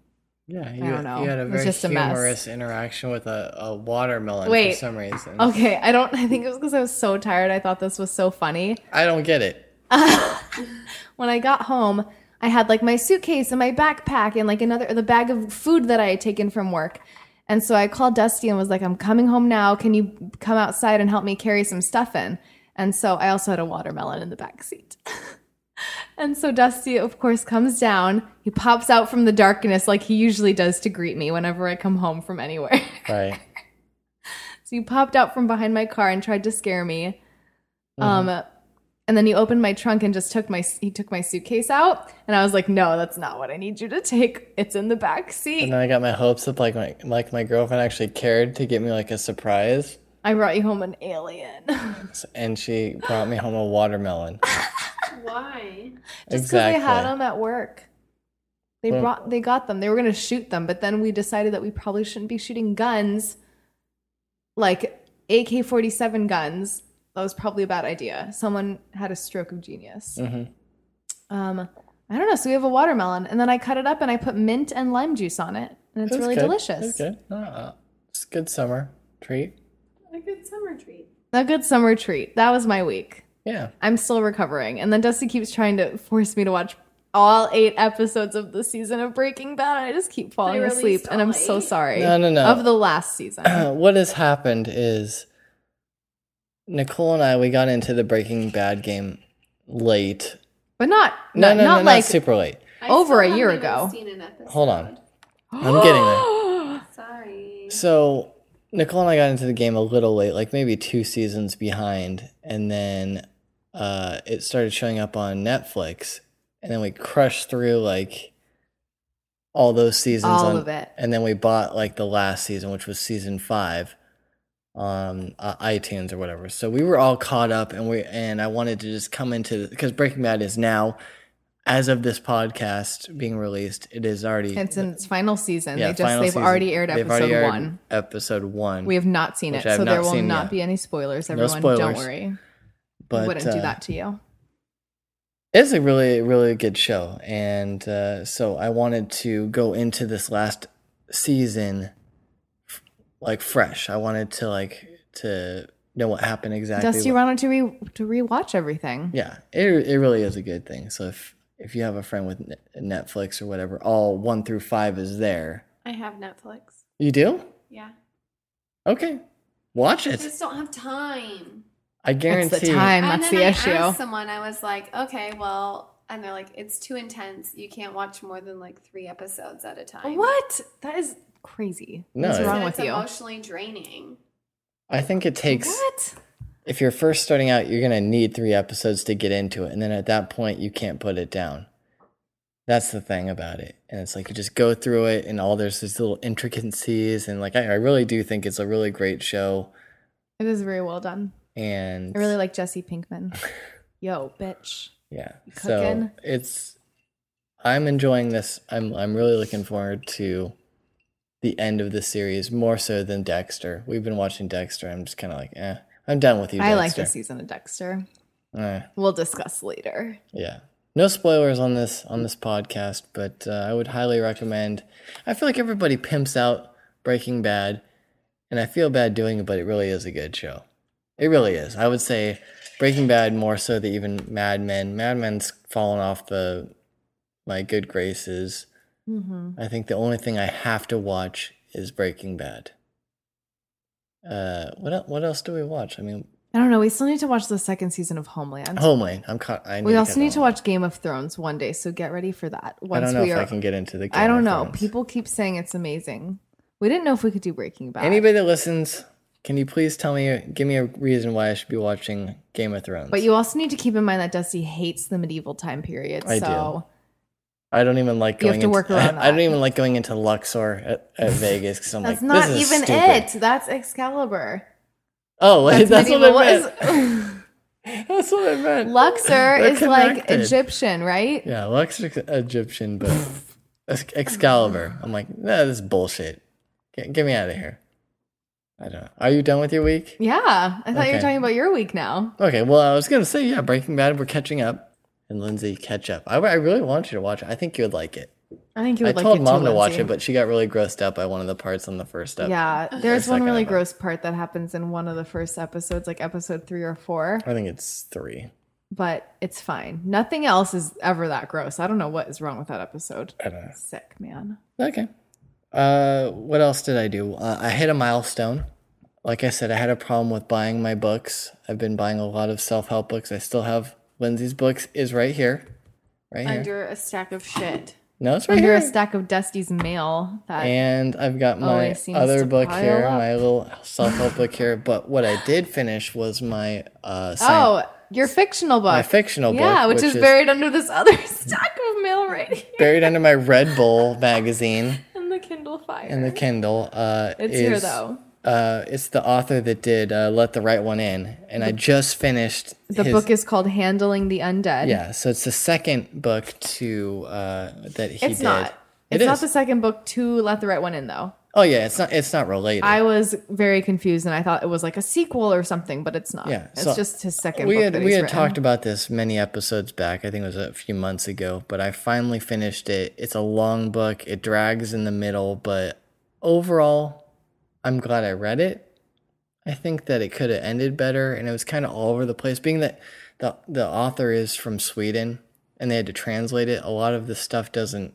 Speaker 1: yeah. You,
Speaker 2: don't know.
Speaker 1: you had a
Speaker 2: It was
Speaker 1: very
Speaker 2: just a mess.
Speaker 1: humorous interaction with a, a watermelon
Speaker 2: Wait. Oh.
Speaker 1: for some reason.
Speaker 2: Okay, I don't. I think it was because I was so tired. I thought this was so funny.
Speaker 1: I don't get it.
Speaker 2: when I got home, I had like my suitcase and my backpack and like another the bag of food that I had taken from work. And so I called Dusty and was like, "I'm coming home now. Can you come outside and help me carry some stuff in?" And so I also had a watermelon in the back seat. and so Dusty, of course, comes down. He pops out from the darkness like he usually does to greet me whenever I come home from anywhere.
Speaker 1: Right.
Speaker 2: So you popped out from behind my car and tried to scare me.
Speaker 1: Uh-huh.
Speaker 2: Um, and then you opened my trunk and just took my he took my suitcase out, and I was like, "No, that's not what I need you to take. It's in the back seat.
Speaker 1: And then I got my hopes up, like my like my girlfriend actually cared to get me like a surprise,
Speaker 2: I brought you home an alien.
Speaker 1: and she brought me home a watermelon.
Speaker 3: Why?
Speaker 2: just because they had them at work. They
Speaker 1: Well-
Speaker 2: brought they got them. They were gonna shoot them, but then we decided that we probably shouldn't be shooting guns, like AK forty seven guns that was probably a bad idea. Someone had a stroke of genius.
Speaker 1: hmm
Speaker 2: Um, I don't know. So we have a watermelon, and then I cut it up and I put mint and lime juice on it, and it's really delicious.
Speaker 1: It's good. Uh, it's a good summer treat.
Speaker 3: A good summer treat.
Speaker 2: A good summer treat. That was my week.
Speaker 1: Yeah.
Speaker 2: I'm still recovering, and then Dusty keeps trying to force me to watch all eight episodes of the season of Breaking Bad, and I just keep falling
Speaker 3: released
Speaker 2: asleep, and
Speaker 3: all
Speaker 2: I'm so
Speaker 3: eight?
Speaker 2: sorry.
Speaker 1: No, no, no.
Speaker 2: Of the last season.
Speaker 1: what has happened is Nicole and I we got into the Breaking Bad game late.
Speaker 2: But not
Speaker 1: No,
Speaker 2: not,
Speaker 1: no,
Speaker 2: not
Speaker 1: no,
Speaker 2: like
Speaker 1: not super late.
Speaker 3: I
Speaker 2: Over
Speaker 3: still
Speaker 2: a year
Speaker 3: haven't even
Speaker 2: ago.
Speaker 3: Seen an episode.
Speaker 1: Hold on. I'm getting there.
Speaker 3: Sorry.
Speaker 1: So Nicole and I got into the game a little late, like maybe two seasons behind, and then uh, it started showing up on Netflix, and then we crushed through like all those seasons,
Speaker 2: all
Speaker 1: on,
Speaker 2: of it.
Speaker 1: and then we bought like the last season, which was season five, on uh, iTunes or whatever. So we were all caught up, and we and I wanted to just come into because Breaking Bad is now, as of this podcast being released, it is already
Speaker 2: It's in its final season.
Speaker 1: yeah,
Speaker 2: they just
Speaker 1: final
Speaker 2: they've
Speaker 1: season.
Speaker 2: already aired
Speaker 1: They've
Speaker 2: episode
Speaker 1: already aired
Speaker 2: one.
Speaker 1: Episode one.
Speaker 2: We have not seen
Speaker 1: Which
Speaker 2: it,
Speaker 1: I have
Speaker 2: so there
Speaker 1: not
Speaker 2: will
Speaker 1: seen
Speaker 2: not
Speaker 1: yet.
Speaker 2: be any spoilers.
Speaker 1: No
Speaker 2: Everyone, don't
Speaker 1: spoilers.
Speaker 2: worry.
Speaker 1: but
Speaker 2: we wouldn't do
Speaker 1: uh,
Speaker 2: that to you.
Speaker 1: It's a really, really good show, and uh, so I wanted to go into this last season f- like fresh. I wanted to like to know what happened exactly.
Speaker 2: Dusty wanted to re to rewatch everything.
Speaker 1: yeah, it it really is a good thing. So if if you have a friend with Ne- Netflix or whatever, all one through five is there.
Speaker 3: I have Netflix.
Speaker 1: You do
Speaker 3: Yeah.
Speaker 1: okay. Watch
Speaker 3: I
Speaker 1: it.
Speaker 3: just don't have time.
Speaker 1: I guarantee.
Speaker 2: It's the time.
Speaker 3: and
Speaker 2: that's
Speaker 3: then
Speaker 2: the
Speaker 3: I
Speaker 2: issue.
Speaker 3: asked someone, I was like, okay, well, and they're like, it's too intense. You can't watch more than like three episodes at a time.
Speaker 2: What? That is crazy.
Speaker 1: No,
Speaker 2: What's
Speaker 1: it-
Speaker 2: wrong
Speaker 3: And
Speaker 2: with
Speaker 3: it's
Speaker 2: you?
Speaker 3: emotionally draining.
Speaker 1: I think it takes.
Speaker 2: What?
Speaker 1: if you're first starting out, you're going to need three episodes to get into it. And then at that point, you can't put it down. That's the thing about it. And it's like you just go through it, and all there's these little intricacies. And like, I, I really do think it's a really great show.
Speaker 2: It is very well done.
Speaker 1: And
Speaker 2: I really like Jesse Pinkman. Yo, bitch.
Speaker 1: yeah.
Speaker 2: Cooking.
Speaker 1: So it's, I'm enjoying this. I'm, I'm really looking forward to the end of the series more so than Dexter. We've been watching Dexter. I'm just kind of like, eh, I'm done with you.
Speaker 2: I like
Speaker 1: Dexter.
Speaker 2: the season of Dexter.
Speaker 1: Eh.
Speaker 2: We'll discuss later.
Speaker 1: Yeah. No spoilers on this on this podcast, but uh, I would highly recommend. I feel like everybody pimps out Breaking Bad, and I feel bad doing it, but it really is a good show. It really is. I would say Breaking Bad more so than even Mad Men. Mad Men's fallen off the my good graces.
Speaker 2: Mm-hmm.
Speaker 1: I think the only thing I have to watch is Breaking Bad. Uh, what el- what else do we watch? I mean,
Speaker 2: I don't know. We still need to watch the second season of Homeland.
Speaker 1: Homeland. I'm caught. I
Speaker 2: we also
Speaker 1: get
Speaker 2: need to
Speaker 1: Homeland.
Speaker 2: watch Game of Thrones one day, so get ready for that.
Speaker 1: I
Speaker 2: Once
Speaker 1: don't know
Speaker 2: we
Speaker 1: if
Speaker 2: are,
Speaker 1: I can get into the. Game
Speaker 2: I
Speaker 1: of
Speaker 2: don't know.
Speaker 1: Thrones.
Speaker 2: People keep saying it's amazing. We didn't know if we could do Breaking Bad.
Speaker 1: Anybody that listens, can you please tell me, give me a reason why I should be watching Game of Thrones?
Speaker 2: but you also need to keep in mind that Dusty hates the medieval time period.
Speaker 1: I do.
Speaker 2: so
Speaker 1: I don't even like
Speaker 2: You
Speaker 1: going.
Speaker 2: have to
Speaker 1: into,
Speaker 2: work around
Speaker 1: I, I don't
Speaker 2: that.
Speaker 1: even like going into Luxor at, at Vegas because I'm
Speaker 2: that's
Speaker 1: like,
Speaker 2: not
Speaker 1: this is
Speaker 2: even
Speaker 1: stupid.
Speaker 2: it. That's Excalibur.
Speaker 1: Oh, wait, that's, what
Speaker 2: medieval-
Speaker 1: I meant. that's what I meant.
Speaker 2: Luxor
Speaker 1: They're
Speaker 2: is like
Speaker 1: connected.
Speaker 2: Egyptian, right?
Speaker 1: Yeah, Luxor Egyptian, but Exc- Excalibur. I'm like, nah, this is bullshit. Get, get me out of here. I don't. know. Are you done with your week?
Speaker 2: Yeah. I thought you were
Speaker 1: Okay.
Speaker 2: talking about your week now.
Speaker 1: Okay, well, I was gonna say, yeah, Breaking Bad. We're catching up, and Lindsay, catch up. I, I really want you to watch it. I think you would like it.
Speaker 2: I think you
Speaker 1: I
Speaker 2: would like
Speaker 1: told
Speaker 2: it
Speaker 1: mom
Speaker 2: too,
Speaker 1: to watch
Speaker 2: Lindsay.
Speaker 1: it, but she got really grossed out by one of the parts on the first episode.
Speaker 2: Yeah, there's one
Speaker 1: second
Speaker 2: really
Speaker 1: episode.
Speaker 2: gross part that happens in one of the first episodes, like episode three or four,
Speaker 1: I think it's three.
Speaker 2: but it's fine. Nothing else is ever that gross. I don't know what is wrong with that episode.
Speaker 1: I don't know.
Speaker 2: Sick, man.
Speaker 1: Okay. Uh, what else did I do? Uh, I hit a milestone. Like I said, I had a problem with buying my books. I've been buying a lot of self help books. I still have Lindsay's books. Is right here, right here.
Speaker 3: Under a stack of shit.
Speaker 1: no, it's right
Speaker 2: Under
Speaker 1: here.
Speaker 2: a stack of Dusty's mail that
Speaker 1: and I've got my
Speaker 2: Always seems to
Speaker 1: other book
Speaker 2: pile
Speaker 1: here,
Speaker 2: up.
Speaker 1: my little self help book here. But what I did finish was my uh, science,
Speaker 2: oh, your fictional book.
Speaker 1: my fictional book,
Speaker 2: Oh. yeah, which, is, buried under this other stack of mail right here
Speaker 1: buried under my Red Bull magazine.
Speaker 2: in the Kindle Fire.
Speaker 1: and the Kindle. Uh,
Speaker 2: it's
Speaker 1: is,
Speaker 2: here though.
Speaker 1: Uh, it's the author that did uh, "Let the Right One In," and I just finished
Speaker 2: The
Speaker 1: his-
Speaker 2: book is called Handling the Undead.
Speaker 1: yeah, so it's the second book to uh, that he
Speaker 2: it's
Speaker 1: did.
Speaker 2: not.
Speaker 1: It
Speaker 2: It's not
Speaker 1: is.
Speaker 2: the second book to Let the Right One In though.
Speaker 1: Oh yeah, it's not it's not related.
Speaker 2: I was very confused and I thought it was like a sequel or something, but it's not.
Speaker 1: Yeah,
Speaker 2: it's
Speaker 1: so
Speaker 2: just his second
Speaker 1: we
Speaker 2: book
Speaker 1: had
Speaker 2: that
Speaker 1: we
Speaker 2: he's
Speaker 1: had
Speaker 2: written.
Speaker 1: talked about this many episodes back. I think it was a few months ago, but I finally finished it. It's a long book. It drags in the middle, but overall, I'm glad I read it. I think that it could have ended better, and it was kind of all over the place. Being that the the author is from Sweden, and they had to translate it. A lot of the stuff doesn't.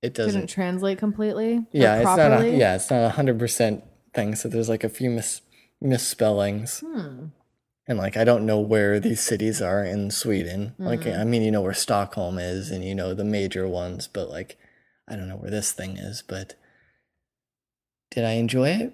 Speaker 1: It
Speaker 2: Didn't
Speaker 1: doesn't.
Speaker 2: translate completely. or
Speaker 1: Yeah, it's not. A,
Speaker 2: properly.
Speaker 1: yeah, it's not a hundred percent thing. So there's like a few mis misspellings
Speaker 2: Hmm.
Speaker 1: and like I don't know where these cities are in Sweden. Like
Speaker 2: Mm.
Speaker 1: I mean, you know where Stockholm is, and you know the major ones, but like I don't know where this thing is. But did I enjoy it?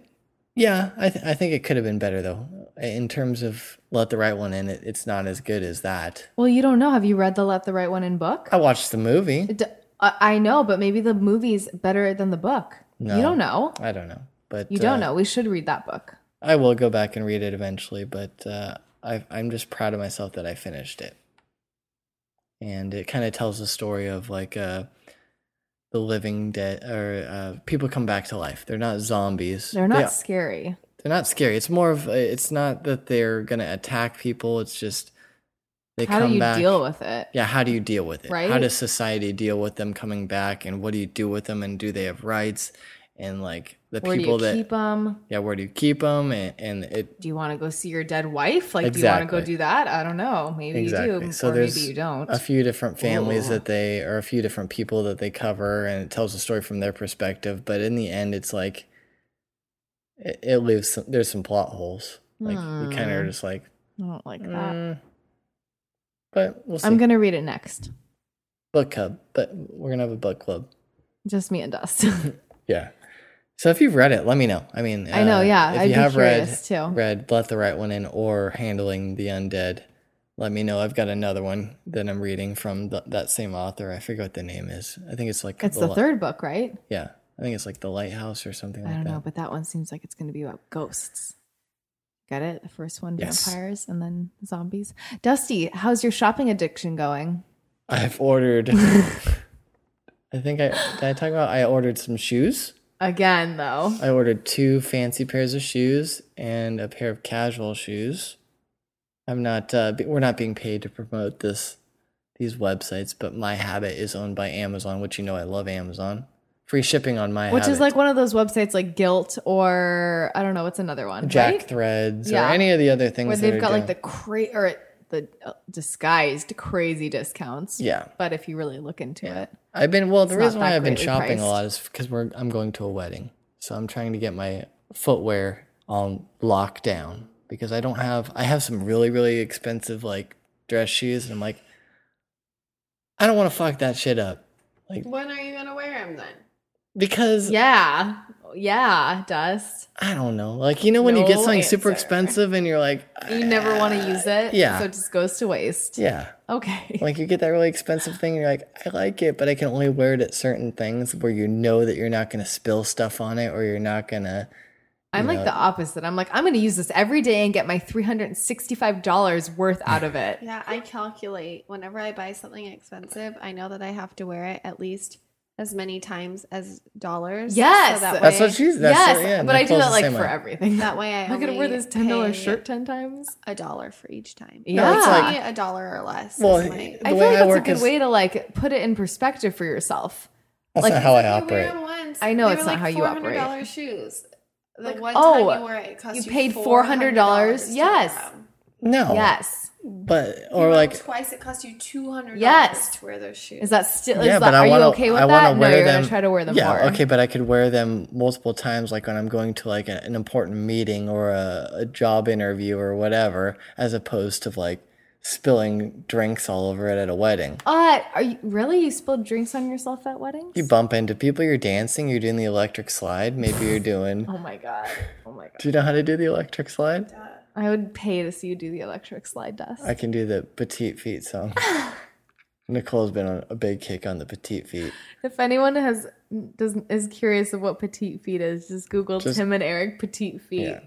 Speaker 1: Yeah, I th- I think it could have been better though. In terms of let the right one in, it, it's not as good as that.
Speaker 2: Well, you don't know. Have you read the Let the Right One In book?
Speaker 1: I watched the movie.
Speaker 2: It d- I I know, but maybe the movie's better than the book.
Speaker 1: No.
Speaker 2: You don't know.
Speaker 1: I don't know, but
Speaker 2: You don't
Speaker 1: uh,
Speaker 2: know. We should read that book.
Speaker 1: I will go back and read it eventually, but uh, I, I'm just proud of myself that I finished it. And it kind of tells the story of like uh, the living dead, or uh, people come back to life. They're not zombies.
Speaker 2: They're not
Speaker 1: They-
Speaker 2: scary.
Speaker 1: they're not scary. It's more of uh, it's not that they're gonna attack people. It's just they
Speaker 2: How
Speaker 1: come
Speaker 2: do you
Speaker 1: back.
Speaker 2: deal with it?
Speaker 1: yeah, how do you deal with it? How
Speaker 2: Right?
Speaker 1: does society deal with them coming back? And what do you do with them? And do they have rights? And like the
Speaker 2: Where do
Speaker 1: people
Speaker 2: you
Speaker 1: that
Speaker 2: keep them?
Speaker 1: yeah, where do you keep them? And, and it
Speaker 2: Do you want to go see your dead wife? Like, do you
Speaker 1: Exactly.
Speaker 2: want to go do that? I don't know. Maybe you
Speaker 1: Exactly.
Speaker 2: do,
Speaker 1: So
Speaker 2: or
Speaker 1: there's
Speaker 2: maybe you don't.
Speaker 1: a few different families
Speaker 2: Ooh.
Speaker 1: that they or a few different people that they cover and it tells the story from their perspective but in the end it's like it, it leaves some, there's some plot holes like you kind of are
Speaker 2: Hmm.
Speaker 1: just like
Speaker 2: I don't like that.
Speaker 1: mm. but we'll see
Speaker 2: I'm gonna read it next.
Speaker 1: book club but we're gonna have a book club
Speaker 2: Just me and Dust.
Speaker 1: yeah so if you've read it let me know i mean
Speaker 2: I know.
Speaker 1: uh,
Speaker 2: Yeah,
Speaker 1: if
Speaker 2: I'd
Speaker 1: you
Speaker 2: be
Speaker 1: have read
Speaker 2: curious too.
Speaker 1: read let the right one in or handling the undead let me know i've got another one that i'm reading from th- that same author i forget what the name is i think it's like
Speaker 2: It's the
Speaker 1: Li-
Speaker 2: third book, right?
Speaker 1: yeah i think it's like the lighthouse or something
Speaker 2: I
Speaker 1: like
Speaker 2: don't
Speaker 1: that
Speaker 2: know, but that one seems like it's going to be about ghosts. Got it? The first one,
Speaker 1: Yes.
Speaker 2: vampires, and then zombies. Dusty, how's your shopping addiction going?
Speaker 1: i've ordered i think i did i talk about i ordered some shoes
Speaker 2: Again, though.
Speaker 1: i ordered two fancy pairs of shoes and a pair of casual shoes i'm not uh, be- we're not being paid to promote this these websites but my habit is owned by amazon which you know i love amazon free shipping on my
Speaker 2: Which
Speaker 1: Habit.
Speaker 2: is like one of those websites like Guilt or I don't know, what's another one?
Speaker 1: Jack
Speaker 2: right?
Speaker 1: Threads
Speaker 2: Yeah.
Speaker 1: or any of the other things
Speaker 2: Where
Speaker 1: that
Speaker 2: they've
Speaker 1: are
Speaker 2: got like the
Speaker 1: down-
Speaker 2: cra- or the uh, disguised crazy discounts.
Speaker 1: yeah.
Speaker 2: But if you really look into it,
Speaker 1: I've been well. The
Speaker 2: not
Speaker 1: reason why
Speaker 2: that
Speaker 1: I've been
Speaker 2: greatly
Speaker 1: shopping a
Speaker 2: priced.
Speaker 1: lot is because we're I'm going to a wedding, so I'm trying to get my footwear on lockdown because I don't have I have some really really expensive like dress shoes and I'm like I don't want to fuck that shit up
Speaker 3: When are you gonna wear them then?
Speaker 1: because
Speaker 2: yeah, yeah, Dust.
Speaker 1: I don't know like you know when you get
Speaker 2: No
Speaker 1: something super
Speaker 2: answer.
Speaker 1: expensive and you're like
Speaker 2: You never want to use it.
Speaker 1: yeah.
Speaker 2: So it just goes to waste.
Speaker 1: yeah
Speaker 2: Okay.
Speaker 1: like you get that really expensive thing and you're like i like it but i can only wear it at certain things where you know that you're not going to spill stuff on it or you're not going to
Speaker 2: I'm like the opposite. I'm like, I'm going to use this every day and get my $365 worth out of it.
Speaker 3: Yeah, I calculate whenever I buy something expensive, I know that I have to wear it at least as many times as dollars.
Speaker 2: Yes!
Speaker 3: that
Speaker 1: that's
Speaker 3: way,
Speaker 1: what she's that's
Speaker 2: yes.
Speaker 1: what- yeah,
Speaker 2: but I do
Speaker 1: Nicole's
Speaker 2: that
Speaker 1: the
Speaker 2: like
Speaker 1: same
Speaker 2: for
Speaker 1: way.
Speaker 2: everything.
Speaker 3: that way I
Speaker 2: I'm going to
Speaker 3: only
Speaker 2: wear this $10
Speaker 3: pay
Speaker 2: shirt 10 times.
Speaker 3: a dollar for each time.
Speaker 2: Yeah.
Speaker 1: it's
Speaker 3: Only
Speaker 1: like-
Speaker 3: a dollar or less.
Speaker 1: Well,
Speaker 3: is my-
Speaker 1: the
Speaker 2: I feel
Speaker 1: way I
Speaker 2: like that's a
Speaker 1: work
Speaker 2: good
Speaker 1: is-
Speaker 2: way to like put it in perspective for yourself.
Speaker 1: that's
Speaker 2: like-
Speaker 1: not how i
Speaker 3: You wear
Speaker 1: operate
Speaker 3: 'em once.
Speaker 2: I know
Speaker 3: They
Speaker 2: it's
Speaker 3: were
Speaker 2: not
Speaker 3: like
Speaker 2: how you operate.
Speaker 3: $400 shoes. The
Speaker 2: Like,
Speaker 3: one
Speaker 2: oh,
Speaker 3: time you wore it, it cost
Speaker 2: you
Speaker 3: you,
Speaker 2: paid
Speaker 3: $400 to
Speaker 2: Yes.
Speaker 3: wear them.
Speaker 1: no
Speaker 2: Yes.
Speaker 1: but
Speaker 3: You
Speaker 1: or
Speaker 3: went
Speaker 1: like
Speaker 3: twice, it cost you two hundred
Speaker 2: Yes.
Speaker 3: dollars to wear those shoes.
Speaker 2: Is that still,
Speaker 1: yeah
Speaker 2: is
Speaker 1: but
Speaker 2: that,
Speaker 1: i
Speaker 2: are
Speaker 1: want
Speaker 2: you okay with
Speaker 1: i
Speaker 2: that?
Speaker 1: want to
Speaker 2: No,
Speaker 1: wear
Speaker 2: you're
Speaker 1: them
Speaker 2: to try to wear them
Speaker 1: yeah
Speaker 2: more.
Speaker 1: okay but i could wear them multiple times like when i'm going to like a- an important meeting or a, a job interview or whatever as opposed to like spilling drinks all over it at a wedding
Speaker 2: Uh, are you really? You spilled drinks on yourself at weddings?
Speaker 1: you bump into people you're dancing you're doing the electric slide maybe you're doing
Speaker 2: oh my God. Oh my God.
Speaker 1: do you know how to do the electric slide
Speaker 2: I would pay to see you do the electric slide dust.
Speaker 1: i can do the petite feet song nicole's been on a big kick on the petite feet
Speaker 2: If anyone has does is curious of what petite feet is, just Google
Speaker 1: Just-
Speaker 2: Tim and Eric petite feet.
Speaker 1: Yeah.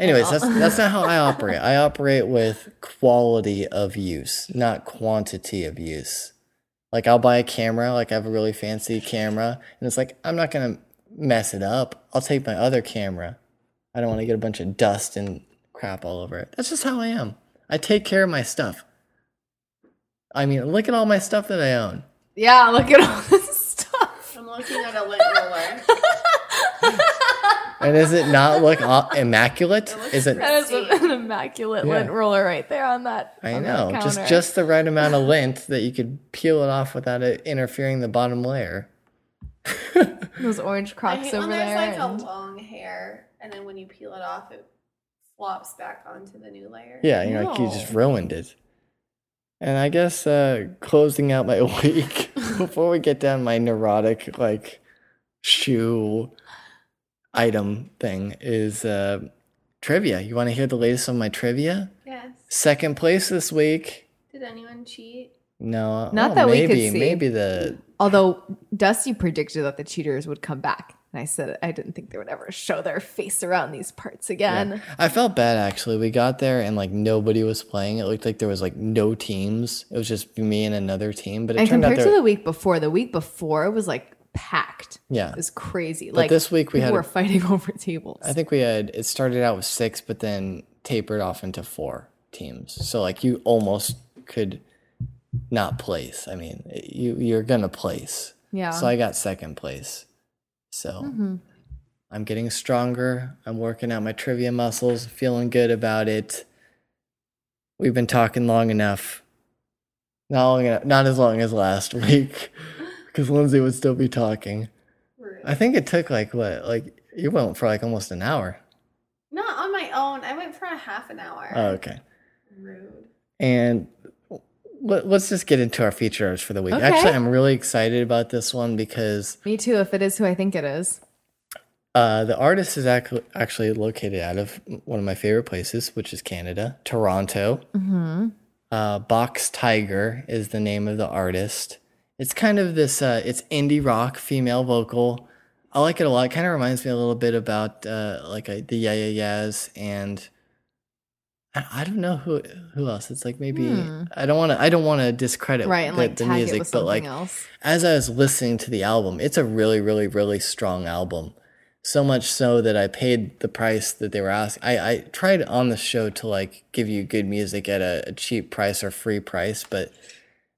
Speaker 1: Anyways,
Speaker 2: all.
Speaker 1: that's that's not how I operate. I operate with quality of use, not quantity of use. Like I'll buy a camera, like I have a really fancy camera, and it's like I'm not gonna mess it up. I'll take my other camera. I don't want to get a bunch of dust and crap all over it. That's just how I am. I take care of my stuff. I mean, look at all my stuff that I own.
Speaker 2: Yeah, look at all this stuff.
Speaker 3: I'm looking at a lit roller.
Speaker 1: And does it not look au- immaculate? Is it?
Speaker 2: That is an immaculate
Speaker 1: Yeah.
Speaker 2: lint roller right there on that.
Speaker 1: I
Speaker 2: on that
Speaker 1: know, just
Speaker 2: counter.
Speaker 1: just the right amount of lint that you could peel it off without it interfering the bottom layer.
Speaker 2: those orange
Speaker 3: I
Speaker 2: crocs
Speaker 3: hate when
Speaker 2: over
Speaker 3: there's
Speaker 2: there.
Speaker 3: like a
Speaker 2: and-
Speaker 3: long hair, and then when you peel it off, it flops back onto the new layer.
Speaker 1: Yeah, you're like you just ruined it. And I guess uh closing out my week before we get down my neurotic like shoe item thing is uh trivia. You want to hear the latest on my trivia?
Speaker 3: Yes.
Speaker 1: Second place this week.
Speaker 3: Did anyone cheat?
Speaker 1: No,
Speaker 2: Not
Speaker 1: oh,
Speaker 2: that we
Speaker 1: maybe,
Speaker 2: could see.
Speaker 1: Maybe the
Speaker 2: Although Dusty predicted that the cheaters would come back. And I said I didn't think they would ever show their face around these parts again.
Speaker 1: I felt bad actually. We got there and like nobody was playing. It looked like there was like no teams. It was just me and another team. But it
Speaker 2: And
Speaker 1: turned out
Speaker 2: compared
Speaker 1: there.
Speaker 2: to the week before, the week before it was like packed.
Speaker 1: yeah,
Speaker 2: It was crazy.
Speaker 1: but
Speaker 2: like
Speaker 1: this week we
Speaker 2: people
Speaker 1: had.
Speaker 2: were fighting over tables.
Speaker 1: I think we had. It started out with six, but then tapered off into four teams. So like you almost could not place. I mean, you you're gonna place.
Speaker 2: yeah.
Speaker 1: So I got second place. So
Speaker 2: Mhm.
Speaker 1: I'm getting stronger. I'm working out my trivia muscles, feeling good about it. We've been talking long enough. Not long enough, not as long as last week, because Lindsay would still be talking.
Speaker 3: Rude.
Speaker 1: I think it took like what, like you went for like almost an hour.
Speaker 3: Not on my own. I went for a half an hour.
Speaker 1: Oh, okay.
Speaker 3: Rude.
Speaker 1: And let, let's just get into our features for the week.
Speaker 2: Okay.
Speaker 1: Actually, I'm really excited about this one because
Speaker 2: Me too, if it is who I think it is.
Speaker 1: Uh, the artist is ac- actually located out of one of my favorite places, which is Canada, Toronto.
Speaker 2: Mm-hmm.
Speaker 1: Uh, Box Tiger is the name of the artist. It's kind of this. Uh, it's indie rock, female vocal. I like it a lot. It kind of reminds me a little bit about uh, like a, the Yeah Yeah Yeahs and I, I don't know who who else. It's like maybe
Speaker 2: Hmm.
Speaker 1: I don't want to I don't want to discredit
Speaker 2: Right, and
Speaker 1: the,
Speaker 2: like
Speaker 1: the
Speaker 2: tag
Speaker 1: music,
Speaker 2: it with
Speaker 1: but like
Speaker 2: something else.
Speaker 1: as I was listening to the album, it's a really, really, really strong album. So much so that I paid the price that they were asking. I, I tried on the show to like give you good music at a, a cheap price or free price, but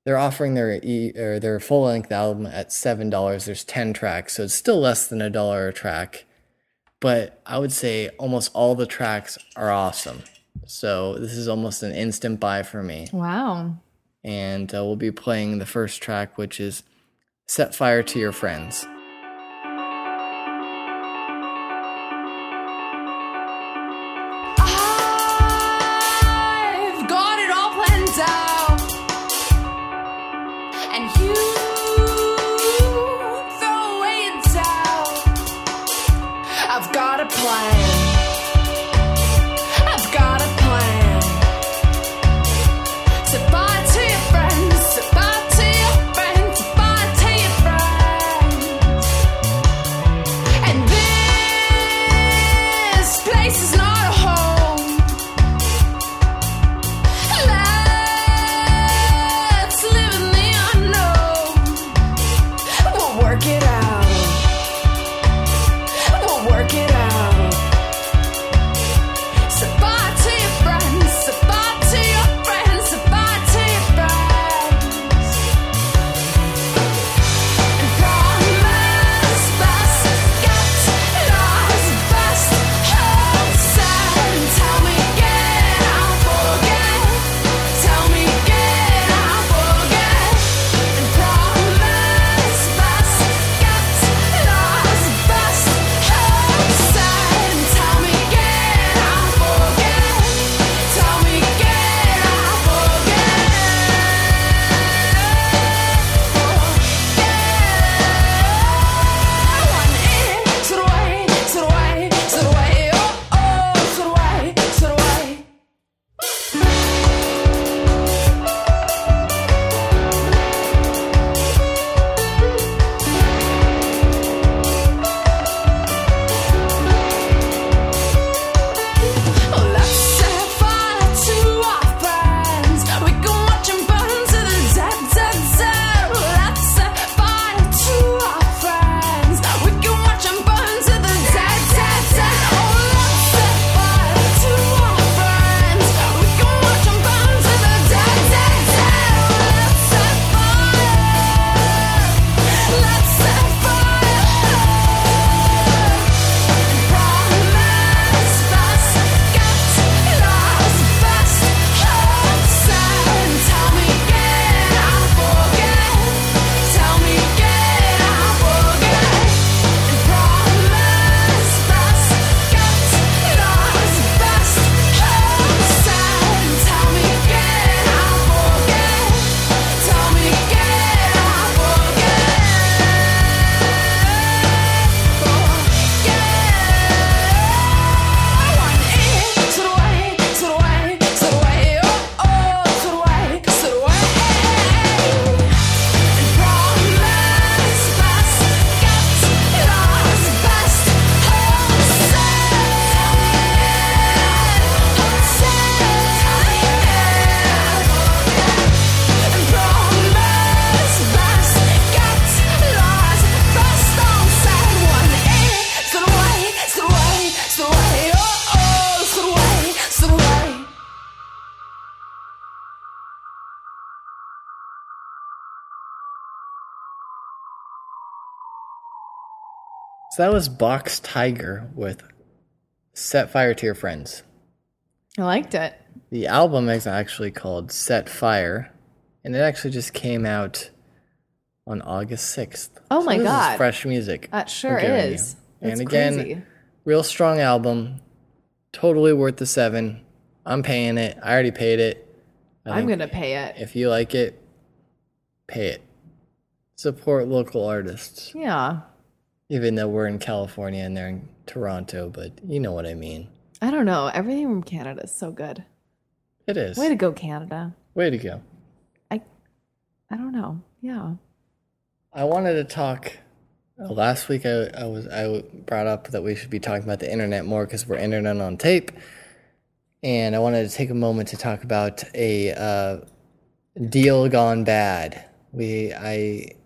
Speaker 1: they're offering their e or their full length album at seven dollars. There's ten tracks, so it's still less than a dollar a track. But I would say almost all the tracks are awesome. So this is almost an instant buy for me
Speaker 2: Wow.
Speaker 1: and uh, we'll be playing the first track, which is Set Fire to Your Friends.
Speaker 4: I've got it all planned out. And you throw away and towel. I've got a plan. I've got a plan. Say bye to your friends. Say bye to your friends. Say bye to your friends.
Speaker 2: oh,
Speaker 1: So that was Box Tiger with Set Fire to Your Friends.
Speaker 2: I liked it.
Speaker 1: The album is actually called Set Fire, and it actually just came out on August 6th.
Speaker 2: Oh
Speaker 1: So
Speaker 2: my
Speaker 1: this is
Speaker 2: God.
Speaker 1: fresh music.
Speaker 2: That sure
Speaker 1: we're giving
Speaker 2: is.
Speaker 1: you.
Speaker 2: That's
Speaker 1: and again,
Speaker 2: crazy.
Speaker 1: real strong album. Totally worth the seven. I'm paying it. I already paid it. I
Speaker 2: I'm
Speaker 1: think
Speaker 2: gonna pay it.
Speaker 1: If you like it, pay it. Support local artists,
Speaker 2: Yeah.
Speaker 1: even though we're in California and they're in Toronto, but you know what I mean.
Speaker 2: I don't know. Everything from Canada is so good.
Speaker 1: It is.
Speaker 2: Way to go, Canada.
Speaker 1: Way to go.
Speaker 2: I I don't know. Yeah.
Speaker 1: I wanted to talk. uh, Last week, I, I was I brought up that we should be talking about the internet more because we're internet on tape, and I wanted to take a moment to talk about a uh, deal gone bad. We I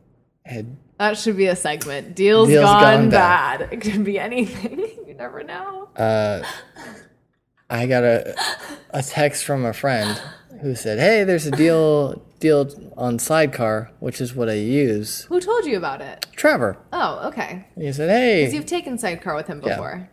Speaker 1: had
Speaker 2: That should be a segment. Deals
Speaker 1: Deals
Speaker 2: gone,
Speaker 1: gone
Speaker 2: bad. It could be anything. you never know.
Speaker 1: Uh, I got a a text from a friend who said, "Hey, there's a deal deal on Sidecar, which is what I use."
Speaker 2: Who told you about it?
Speaker 1: Trevor,
Speaker 2: Oh, okay.
Speaker 1: he said, "Hey,
Speaker 2: You've taken sidecar with him before.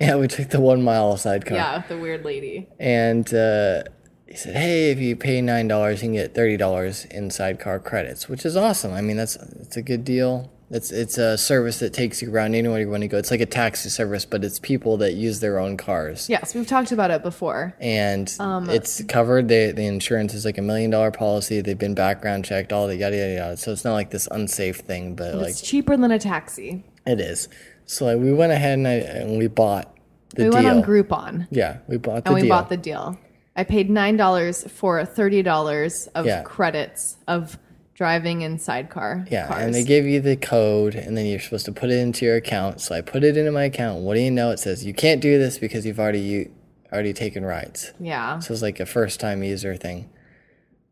Speaker 1: yeah, we took the one mile Sidecar."
Speaker 2: Yeah, with the weird lady.
Speaker 1: and uh, he said, "Hey, if you pay nine dollars, you can get thirty dollars in sidecar credits, which is awesome. I mean, that's it's a good deal. It's it's a service that takes you around anywhere you want to go. It's like a taxi service, but it's people that use their own cars,
Speaker 2: Yes, we've talked about it before.
Speaker 1: and
Speaker 2: Um,
Speaker 1: it's covered. They, the insurance is like a million dollar policy. They've been background checked, all the yada yada yada. So it's not like this unsafe thing, but like
Speaker 2: It's cheaper than a taxi.
Speaker 1: it is. So like, we went ahead and, I, and we bought the
Speaker 2: We
Speaker 1: deal.
Speaker 2: went on Groupon
Speaker 1: yeah, we bought the
Speaker 2: and we
Speaker 1: deal.
Speaker 2: bought the deal. I paid nine dollars for thirty dollars of
Speaker 1: Yeah.
Speaker 2: credits of driving in sidecar.
Speaker 1: Yeah,
Speaker 2: cars.
Speaker 1: and they give you the code, and then you're supposed to put it into your account. So I put it into my account. What do you know? It says you can't do this because you've already you already taken rides.
Speaker 2: yeah.
Speaker 1: So it's like a first time user thing.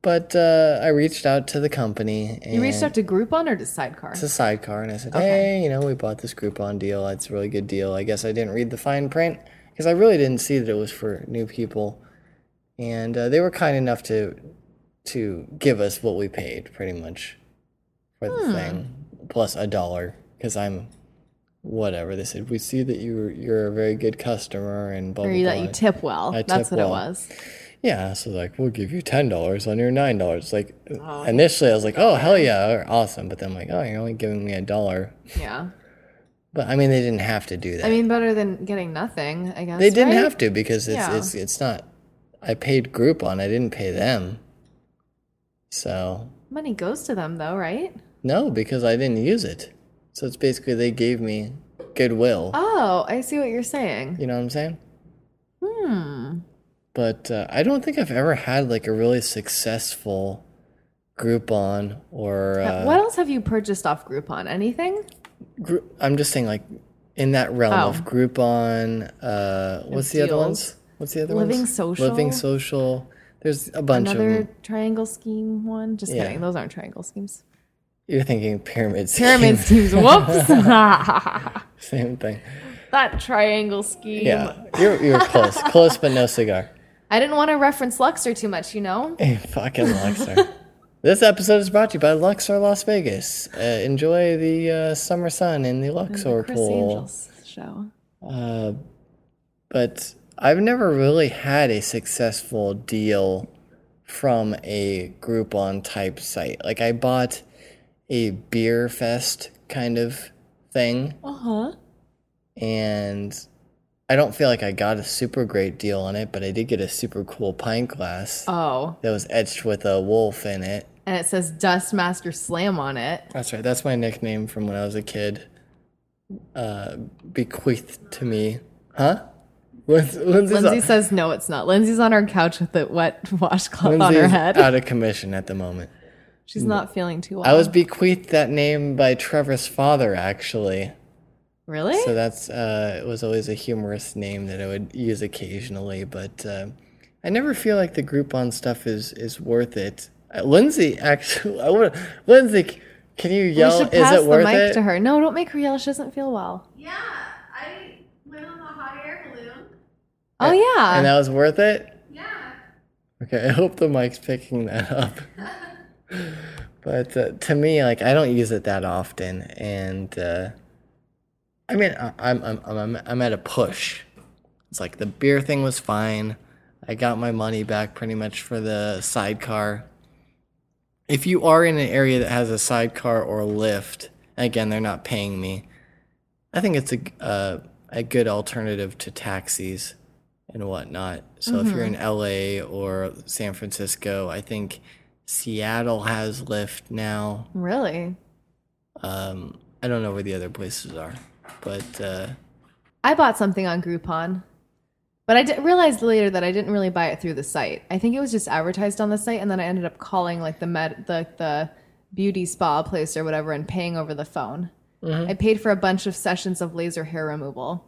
Speaker 1: But uh, I reached out to the company. And
Speaker 2: You reached out to Groupon or to Sidecar?
Speaker 1: it's a sidecar, and I said, "Hey, you know, we bought this Groupon deal. It's a really good deal. I guess I didn't read the fine print because I really didn't see that it was for new people." And uh, they were kind enough to to give us what we paid, pretty much, for the
Speaker 2: Hmm.
Speaker 1: thing, plus a dollar because I'm whatever. They said, "We see that you you're a very good customer," and blah
Speaker 2: Or
Speaker 1: blah
Speaker 2: you
Speaker 1: blah.
Speaker 2: that you tip well.
Speaker 1: I
Speaker 2: That's
Speaker 1: tip
Speaker 2: what it
Speaker 1: well.
Speaker 2: was.
Speaker 1: Yeah, so like we'll give you ten dollars on your nine dollars. Like initially, I was like, "Oh hell yeah, awesome!" But then I'm like, "Oh, you're only giving me a dollar."
Speaker 2: Yeah.
Speaker 1: But I mean, they didn't have to do that.
Speaker 2: I mean, better than getting nothing, I guess.
Speaker 1: they didn't
Speaker 2: right?
Speaker 1: have to because it's
Speaker 2: Yeah.
Speaker 1: it's it's not. I paid Groupon. I didn't pay them. So
Speaker 2: money goes to them though, right?
Speaker 1: no, because I didn't use it. So it's basically they gave me goodwill.
Speaker 2: Oh, I see what you're saying.
Speaker 1: You know what I'm saying?
Speaker 2: Hmm.
Speaker 1: But uh, I don't think I've ever had like a really successful Groupon or uh,
Speaker 2: what else have you purchased off Groupon? Anything?
Speaker 1: Gru- I'm just saying like in that realm
Speaker 2: Oh.
Speaker 1: of Groupon. Uh, what's the other
Speaker 2: deals.
Speaker 1: ones? What's the other
Speaker 2: Living
Speaker 1: ones?
Speaker 2: Social.
Speaker 1: Living social. There's a bunch of
Speaker 2: Another
Speaker 1: them.
Speaker 2: triangle scheme one? Just
Speaker 1: Yeah.
Speaker 2: kidding. Those aren't triangle schemes.
Speaker 1: You're thinking pyramid scheme.
Speaker 2: Pyramid schemes. Whoops. that
Speaker 1: Same thing.
Speaker 2: triangle scheme.
Speaker 1: Yeah, you're you're close, close but no cigar.
Speaker 2: I didn't want to reference Luxor too much, you know?
Speaker 1: Hey, fucking Luxor. this episode is brought to you by Luxor Las Vegas. Uh, enjoy the uh, summer sun in the Luxor
Speaker 2: Chris
Speaker 1: pool.
Speaker 2: Angels show.
Speaker 1: Uh, but I've never really had a successful deal from a Groupon type site. Like I bought a beer fest kind of thing.
Speaker 2: Uh huh.
Speaker 1: and I don't feel like I got a super great deal on it, but I did get a super cool pint glass
Speaker 2: Oh.
Speaker 1: that was etched with a wolf in it.
Speaker 2: And it says Dustmaster Slam on it.
Speaker 1: That's right. That's my nickname from when I was a kid. Uh, bequeathed to me, huh? Lindsay, Lindsay's,
Speaker 2: Lindsay says, no, it's not. Lindsay's on her couch with a wet washcloth on
Speaker 1: Lindsay
Speaker 2: her
Speaker 1: is
Speaker 2: head.
Speaker 1: out of commission at the moment.
Speaker 2: She's not feeling too well.
Speaker 1: I was bequeathed that name by Trevor's father, actually.
Speaker 2: really?
Speaker 1: So that's uh, it was always a humorous name that I would use occasionally, but uh, I never feel like the Groupon stuff is is worth it. Uh, Lindsay, actually, I would, Lindsay, c- can you
Speaker 2: we
Speaker 1: yell?
Speaker 2: should
Speaker 1: Is
Speaker 2: pass
Speaker 1: it
Speaker 2: the
Speaker 1: worth
Speaker 2: mic
Speaker 1: it?
Speaker 2: to her. No, don't make her yell. She doesn't feel well.
Speaker 4: Yeah, I went on the hot air balloon.
Speaker 2: Oh yeah.
Speaker 1: And that was worth it.
Speaker 4: Yeah.
Speaker 1: Okay, I hope the mic's picking that up. but uh, to me, like I don't use it that often, and uh, I mean, I- I'm I'm I'm I'm at a push. It's like the beer thing was fine. I got my money back pretty much for the sidecar. If you are in an area that has a sidecar or lift, again, they're not paying me. I think it's a g- uh, a good alternative to taxis and whatnot. So if you're in
Speaker 2: Mm-hmm.
Speaker 1: LA or San Francisco, I think Seattle has Lyft now.
Speaker 2: Really?
Speaker 1: Um, I don't know where the other places are, but uh,
Speaker 2: I bought something on Groupon, but I di- realized later that I didn't really buy it through the site. I think it was just advertised on the site, and then I ended up calling like the med, the the beauty spa place or whatever, and paying over the phone.
Speaker 1: Mm-hmm.
Speaker 2: I paid for a bunch of sessions of laser hair removal,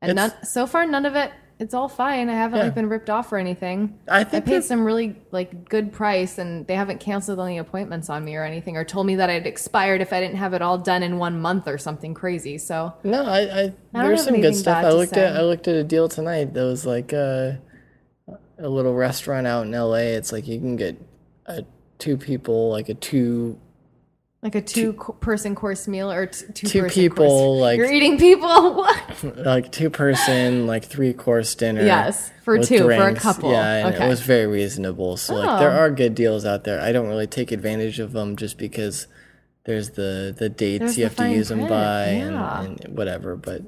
Speaker 2: and
Speaker 1: It's-
Speaker 2: none, so far none of it. It's all fine. I haven't like been ripped off or anything.
Speaker 1: I
Speaker 2: I
Speaker 1: think
Speaker 2: paid
Speaker 1: that's-
Speaker 2: some really like good price, and they haven't canceled any appointments on me or anything, or told me that I'd expired if I didn't have it all done in one month or something crazy. So
Speaker 1: no, I, I,
Speaker 2: have
Speaker 1: there's some good
Speaker 2: anything
Speaker 1: stuff.
Speaker 2: bad
Speaker 1: I
Speaker 2: to
Speaker 1: looked at
Speaker 2: say.
Speaker 1: I looked at a deal tonight that was like uh, a little restaurant out in LA. It's like you can get uh two people, like a two
Speaker 2: Like a two, co- person course meal or t- two,
Speaker 1: two
Speaker 2: person
Speaker 1: people,
Speaker 2: course-
Speaker 1: like-
Speaker 2: you're eating people. What?
Speaker 1: like two person like three course dinner.
Speaker 2: Yes, for
Speaker 1: with
Speaker 2: two, for a couple.
Speaker 1: Yeah, and
Speaker 2: Okay. Oh.
Speaker 1: it was very reasonable. So like there are good deals out there. I don't really take advantage of them just because there's the the dates
Speaker 2: There's
Speaker 1: you
Speaker 2: the
Speaker 1: have to
Speaker 2: fine
Speaker 1: use them
Speaker 2: print,
Speaker 1: by
Speaker 2: yeah.
Speaker 1: and, and whatever. But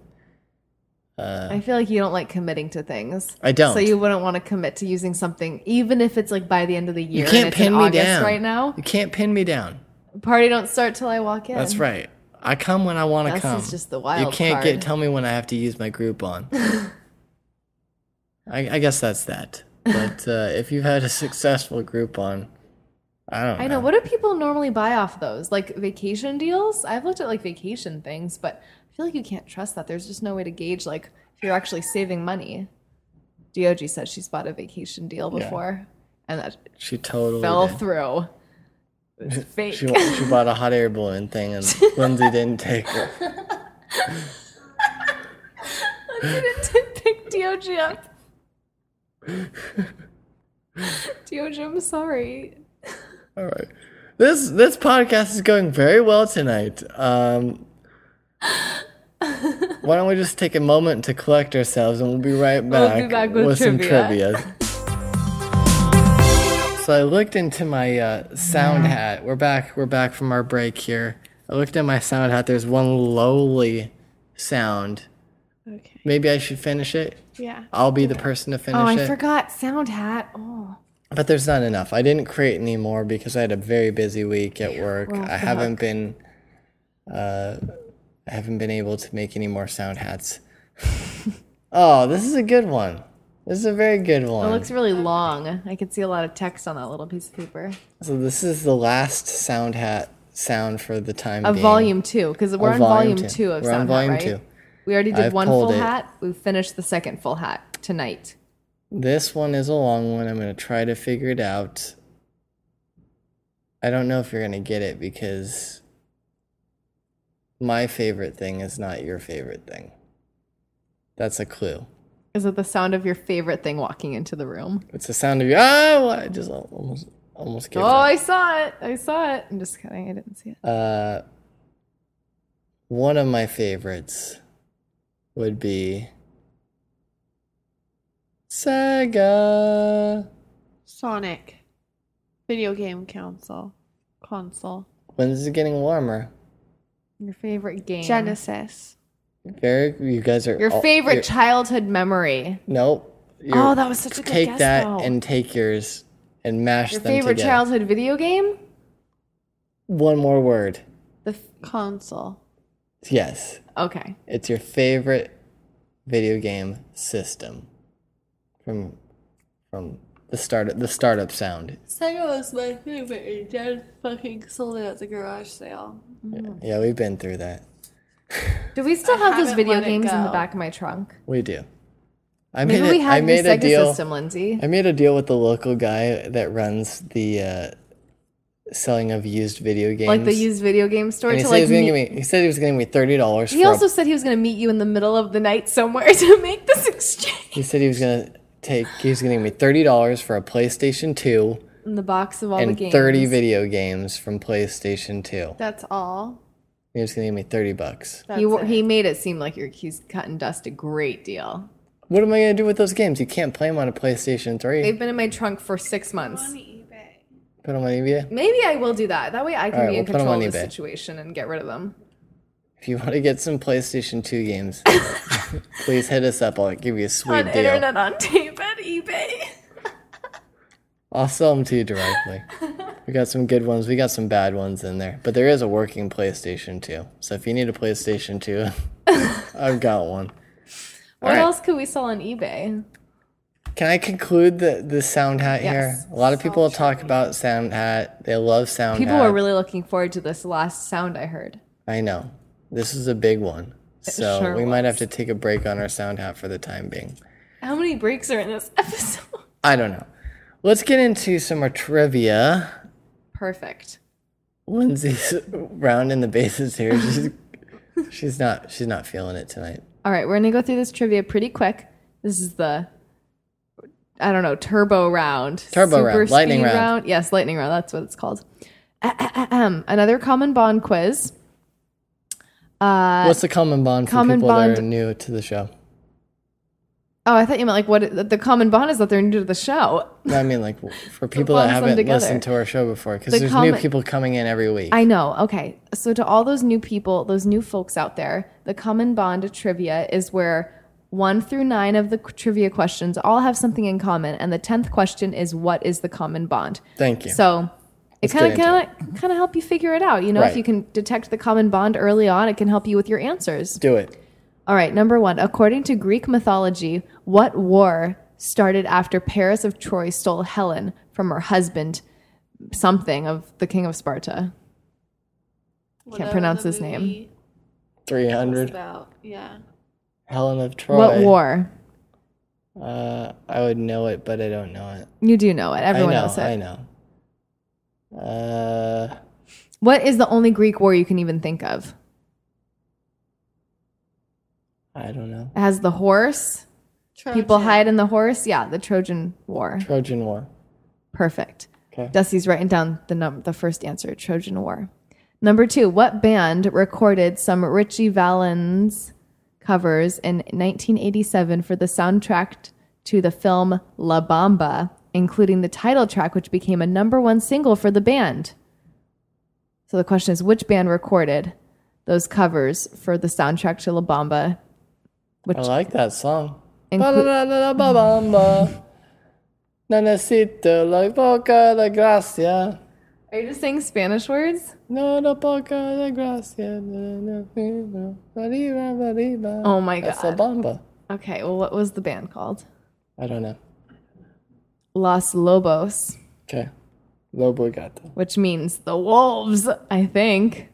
Speaker 2: I feel like you don't like committing to things.
Speaker 1: I don't.
Speaker 2: So you wouldn't want to commit to using something, even if it's like by the end of the year.
Speaker 1: you can't
Speaker 2: and it's
Speaker 1: pin
Speaker 2: in
Speaker 1: me
Speaker 2: August
Speaker 1: down
Speaker 2: right now.
Speaker 1: You can't pin me down.
Speaker 2: Party don't start till I walk in.
Speaker 1: That's right. I come when I want to
Speaker 2: This
Speaker 1: come.
Speaker 2: is just the
Speaker 1: You
Speaker 2: wild
Speaker 1: can't
Speaker 2: card.
Speaker 1: get tell me when I have to use my Groupon. I, I guess that's that. But uh, if you've had a successful Groupon, I don't.
Speaker 2: I know. What do people normally buy off those? Like vacation deals? I've looked at like vacation things, but I feel like you can't trust that. There's just no way to gauge like if you're actually saving money. Diogi said she's bought a vacation deal before, and that
Speaker 1: She totally
Speaker 2: fell
Speaker 1: did.
Speaker 2: through. It was fake.
Speaker 1: She wa- she bought a hot air balloon thing, and Lindsay didn't take her.
Speaker 2: to pick Diogi up. Diogi, I'm sorry.
Speaker 1: All right. This this podcast is going very well tonight. Um, why don't we just take a moment to collect ourselves, and we'll be right back,
Speaker 2: be back with
Speaker 1: some
Speaker 2: trivia.
Speaker 1: trivia. so I looked into my uh, sound hat. We're back. We're back from our break here. I looked at my sound hat. There's one lowly sound.
Speaker 3: Okay.
Speaker 1: Maybe I should finish it.
Speaker 3: Yeah.
Speaker 1: I'll be the person to finish
Speaker 2: Oh,
Speaker 1: it.
Speaker 2: I forgot sound hat. Oh,
Speaker 1: But there's not enough. I didn't create any more because I had a very busy week at work.
Speaker 2: off
Speaker 1: I
Speaker 2: the
Speaker 1: haven't been uh I haven't been able to make any more sound hats. oh, this is a good one. This is a very good
Speaker 2: it
Speaker 1: one.
Speaker 2: looks really long. I could see a lot of text on that little piece of paper.
Speaker 1: so this is the last sound hat sound for the time
Speaker 2: of
Speaker 1: being. Oh,
Speaker 2: volume two because we're on
Speaker 1: volume two.
Speaker 2: volume two, of
Speaker 1: We're on
Speaker 2: Sound
Speaker 1: volume
Speaker 2: Hat,
Speaker 1: two.
Speaker 2: right? We already did
Speaker 1: I've
Speaker 2: one
Speaker 1: pulled
Speaker 2: full
Speaker 1: it.
Speaker 2: hat. We finished the second full hat tonight.
Speaker 1: This one is a long one. I'm going to try to figure it out. I don't know if you're going to get it because my favorite thing is not your favorite thing. That's a clue.
Speaker 2: Is it the sound of your favorite thing walking into the room?
Speaker 1: It's the sound of your. Oh, I just al- almost almost gave
Speaker 2: Oh,
Speaker 1: up.
Speaker 2: I saw it. I saw it. I'm just kidding. Oh, I didn't see it.
Speaker 1: Uh, one of my favorites would be Sega.
Speaker 3: Sonic. Video game console. Console.
Speaker 1: When's it getting warmer?
Speaker 2: Your favorite game.
Speaker 3: Genesis.
Speaker 1: Very, you guys are
Speaker 2: Your
Speaker 1: all-
Speaker 2: favorite
Speaker 1: you're-
Speaker 2: childhood memory.
Speaker 1: Nope.
Speaker 2: Oh,
Speaker 1: You're-
Speaker 2: that was such a good
Speaker 1: take
Speaker 2: guess,
Speaker 1: that
Speaker 2: though.
Speaker 1: and take yours and mash
Speaker 2: Your
Speaker 1: them
Speaker 2: favorite
Speaker 1: together.
Speaker 2: childhood video game?
Speaker 1: One more word.
Speaker 3: The f- console.
Speaker 1: Yes,
Speaker 2: Okay.
Speaker 1: it's your favorite video game system from from the start the startup sound.
Speaker 3: Sega was my favorite. and Dad fucking sold it at the garage sale.
Speaker 2: Mm.
Speaker 1: Yeah, we've been through that.
Speaker 2: Do we still have those
Speaker 3: haven't
Speaker 2: video
Speaker 3: let it
Speaker 2: games in the
Speaker 3: go.
Speaker 2: back of my trunk?
Speaker 1: We do. I made
Speaker 2: Maybe
Speaker 1: it,
Speaker 2: we
Speaker 1: I
Speaker 2: have your
Speaker 1: made a
Speaker 2: Sega
Speaker 1: deal.
Speaker 2: system, Lindsay.
Speaker 1: I made a deal with the local guy that runs the uh, selling of used video games.
Speaker 2: Like the used video game store
Speaker 1: And he
Speaker 2: to
Speaker 1: said
Speaker 2: like
Speaker 1: he was
Speaker 2: meet-
Speaker 1: gonna give me. He said he was gonna give me thirty dollars.
Speaker 2: He also said he was going to meet you in the middle of the night somewhere to make this exchange.
Speaker 1: He said he was gonna take. He was gonna give me thirty dollars for a PlayStation Two
Speaker 2: In the box of all the
Speaker 1: and
Speaker 2: games.
Speaker 1: thirty video games from PlayStation Two.
Speaker 3: That's all.
Speaker 1: You're just gonna give me thirty bucks.
Speaker 2: He wa- he made it seem like you're, he's cut and dust a great deal.
Speaker 1: What am I gonna do with those games? You can't play them on a PlayStation Three.
Speaker 2: They've been in my trunk for six months.
Speaker 1: Put them on eBay.
Speaker 2: Maybe I will do that. That way I can
Speaker 1: All right,
Speaker 2: be in
Speaker 1: we'll put 'em
Speaker 2: control
Speaker 1: on
Speaker 2: of the
Speaker 1: eBay.
Speaker 2: situation and get rid of them.
Speaker 1: If you want to get some PlayStation Two games, please hit us up. I'll give you a sweet deal.
Speaker 2: on tape at eBay.
Speaker 1: I'll sell them to you directly. we got some good ones. We got some bad ones in there, but there is a working PlayStation Two. So if you need a PlayStation Two, I've got one. All
Speaker 2: What
Speaker 1: right.
Speaker 2: else could we sell on eBay?
Speaker 1: Can I conclude the, the sound hat
Speaker 2: Yes.
Speaker 1: here? A lot of people talk about sound hat. They love sound
Speaker 2: People
Speaker 1: hat.
Speaker 2: were really looking forward to this last sound I heard.
Speaker 1: I know. This is a big one. So
Speaker 2: sure
Speaker 1: we might have to take a break on our sound hat for the time being.
Speaker 2: How many breaks are in this episode?
Speaker 1: I don't know. Let's get into some more trivia.
Speaker 2: Perfect.
Speaker 1: Lindsay's rounding the bases here. She's, she's not she's not feeling it tonight.
Speaker 2: All right, we're gonna go through this trivia pretty quick. This is the I don't know turbo round,
Speaker 1: Turbo round, lightning
Speaker 2: speed
Speaker 1: round.
Speaker 2: Yes, lightning round. That's what it's called. Ahem. Another common bond quiz.
Speaker 1: What's the common bond for
Speaker 2: Uh, common
Speaker 1: people that are
Speaker 2: bond-
Speaker 1: new to the show?
Speaker 2: Oh, I thought you meant like what the common bond is that they're new to the show.
Speaker 1: No, I mean, like for people that
Speaker 2: bonds them
Speaker 1: haven't
Speaker 2: together.
Speaker 1: listened to our show before, because
Speaker 2: The
Speaker 1: there's new
Speaker 2: common-
Speaker 1: people coming in every week.
Speaker 2: I know. Okay. So, to all those new people, those new folks out there, the common bond of trivia is where one through nine of the qu- trivia questions all have something in common. And the 10th question is, what is the common bond?
Speaker 1: Thank you.
Speaker 2: So, it kind of
Speaker 1: get into
Speaker 2: kind of kind of help you figure it out. You know,
Speaker 1: Right.
Speaker 2: if you can detect the common bond early on, it can help you with your answers.
Speaker 1: Do it.
Speaker 2: All right, number 1. According to Greek mythology, what war started after Paris of Troy stole Helen from her husband, something of the king of Sparta? Can't pronounce his name.
Speaker 1: Three hundred.
Speaker 3: About yeah.
Speaker 1: Helen of Troy.
Speaker 2: What war?
Speaker 1: Uh, I would know it, but I don't know it.
Speaker 2: You do know it. Everyone
Speaker 1: I know.
Speaker 2: knows it.
Speaker 1: I know. Uh,
Speaker 2: What is the only Greek war you can even think of?
Speaker 1: I don't know.
Speaker 2: It has the horse. People hide in the horse. Yeah, the Trojan War.
Speaker 1: Trojan War.
Speaker 2: Perfect.
Speaker 1: Okay.
Speaker 2: Dusty's writing down the num- the first answer, Trojan War. Number two, what band recorded some Richie Valens covers in 1987 for the soundtrack to the film La Bamba, including the title track, which became a number one single for the band? So the question is, which band recorded those covers for the soundtrack to La Bamba? Which
Speaker 1: I like that song.
Speaker 2: inclu-
Speaker 1: Ba-da-da-da-da-ba-bamba. No necesito la boca de gracia.
Speaker 2: are you just saying Spanish words?
Speaker 1: No la boca de gracia. No necesito. Arriba, arriba.
Speaker 2: Oh my
Speaker 1: That's La
Speaker 2: God.
Speaker 1: Bamba.
Speaker 2: Okay, well, what was the band called?
Speaker 1: I don't know.
Speaker 2: Los Lobos.
Speaker 1: Okay. Lobo gato.
Speaker 2: which means the wolves, I think.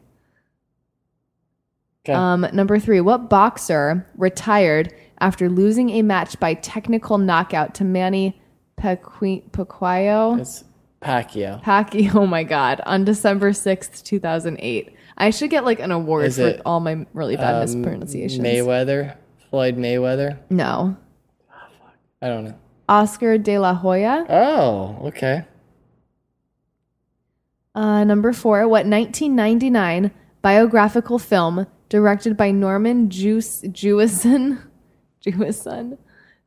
Speaker 1: Okay.
Speaker 2: Um, number three, what boxer retired after losing a match by technical knockout to Manny Pacqui- Pacquiao?
Speaker 1: it's Pacquiao.
Speaker 2: Pacquiao, oh my God, on December 6th, 2008. I should get like an award
Speaker 1: Is
Speaker 2: for
Speaker 1: it,
Speaker 2: all my really bad
Speaker 1: Um,
Speaker 2: mispronunciations.
Speaker 1: Mayweather. Floyd Mayweather.
Speaker 2: no.
Speaker 1: I don't know.
Speaker 2: Oscar de la Hoya.
Speaker 1: Oh, okay.
Speaker 2: Uh, number four, what 1999 biographical film directed by Norman Juice Jewison, Jewison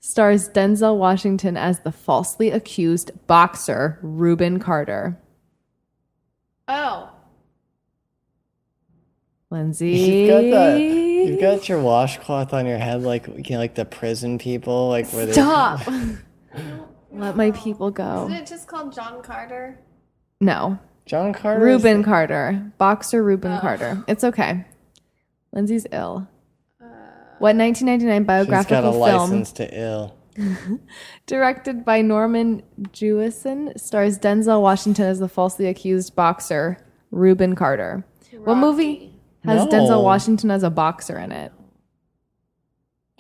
Speaker 2: stars Denzel Washington as the falsely accused boxer Reuben Carter?
Speaker 3: Oh,
Speaker 2: Lindsay,
Speaker 1: You've got that. You've got your washcloth on your head, like you know, like the prison people, like where
Speaker 2: stop. Let my people go.
Speaker 3: isn't it just called John Carter?
Speaker 2: No,
Speaker 1: they John Carter. is-
Speaker 2: Reuben Carter, boxer Reuben Carter. It's okay. Lindsay's ill. What 1999
Speaker 1: She's got a
Speaker 2: biographical film?
Speaker 1: license to ill.
Speaker 2: Directed by Norman Jewison, stars Denzel Washington as the falsely accused boxer Reuben Carter. What movie has
Speaker 1: No.
Speaker 2: Denzel Washington as a boxer in it?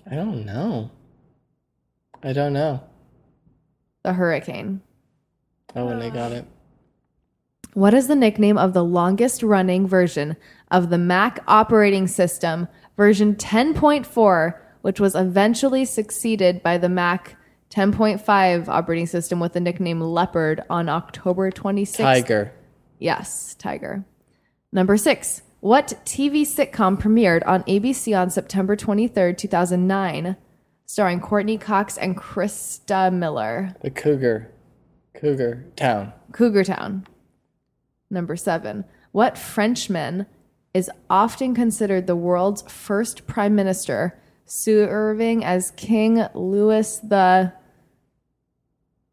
Speaker 1: I don't know. I don't know.
Speaker 2: The Hurricane.
Speaker 1: I wouldn't have Oh, got it.
Speaker 2: What is the nickname of the longest running version of the Mac operating system, version 10.4, which was eventually succeeded by the Mac 10.5 operating system with the nickname Leopard on October 26th,
Speaker 1: Tiger.
Speaker 2: Yes, tiger. Number six. What TV sitcom premiered on ABC on September 23rd, 2009, starring Courtney Cox and Krista Miller?
Speaker 1: The Cougar, Cougar Town.
Speaker 2: Cougar Town. Number seven. What Frenchman is often considered the world's first prime minister, serving as King Louis the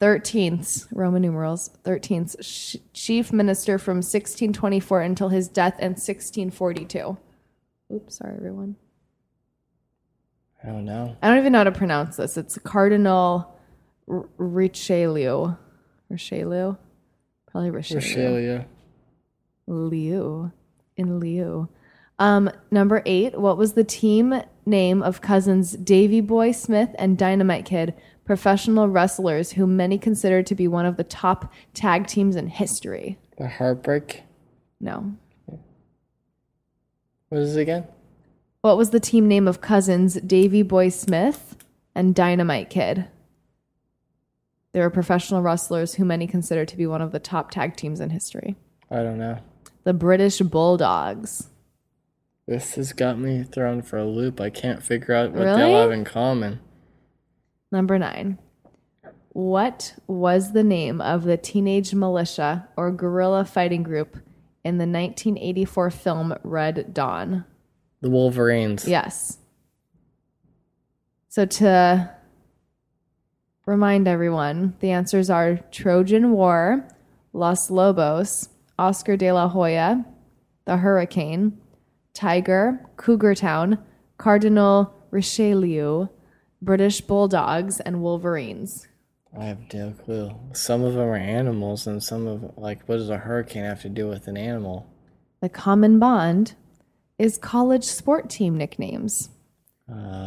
Speaker 2: Thirteenth Roman numerals thirteenth sh- chief minister from 1624 until his death in 1642. Oops, sorry everyone.
Speaker 1: I don't know.
Speaker 2: I don't even know how to pronounce this. It's Cardinal R- Richelieu. Richelieu? Probably Richelieu.
Speaker 1: Rochelia.
Speaker 2: Liu. In Liu. Um, number eight, what was the team name of cousins Davy Boy Smith and Dynamite Kid, professional wrestlers who many consider to be one of the top tag teams in history?
Speaker 1: The Heartbreak.
Speaker 2: No.
Speaker 1: What is it again?
Speaker 2: What was the team name of cousins Davy Boy Smith and Dynamite Kid? They were professional wrestlers who many consider to be one of the top tag teams in history.
Speaker 1: I don't know.
Speaker 2: The British Bulldogs.
Speaker 1: This has got me thrown for a loop. I can't figure out what they
Speaker 2: Really?
Speaker 1: all have in common.
Speaker 2: Number nine. What was the name of the teenage militia or guerrilla fighting group in the 1984 film Red Dawn?
Speaker 1: The Wolverines.
Speaker 2: Yes. So to remind everyone, the answers are Trojan War, Los Lobos, Oscar de la Hoya, The Hurricane, Tiger, Cougar Town, Cardinal Richelieu, British Bulldogs, and Wolverines.
Speaker 1: I have no clue. Some of them are animals, and some of like what does a hurricane have to do with an animal?
Speaker 2: The common bond is college sport team nicknames,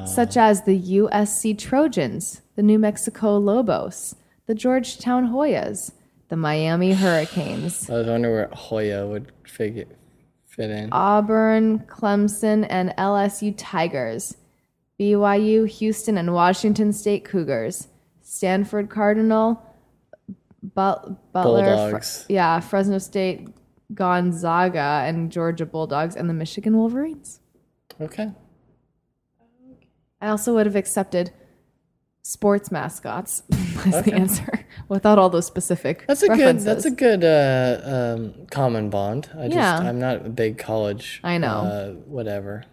Speaker 2: such as the USC Trojans, the New Mexico Lobos, the Georgetown Hoyas, the Miami Hurricanes,
Speaker 1: I was wondering where Hoya would figure fit in.
Speaker 2: Uh, Auburn, Clemson, and LSU Tigers, BYU, Houston, and Washington State Cougars, Stanford Cardinal, but- Butler, Fre-
Speaker 1: Bulldogs.
Speaker 2: yeah, Fresno State, Gonzaga, and Georgia Bulldogs, and the Michigan Wolverines.
Speaker 1: Okay.
Speaker 2: I also would have accepted sports mascots as the answer without all those specific
Speaker 1: That's a
Speaker 2: references.
Speaker 1: good. That's a good uh, um, common bond. I just
Speaker 2: Yeah.
Speaker 1: I'm not a big college.
Speaker 2: I know.
Speaker 1: Uh, whatever.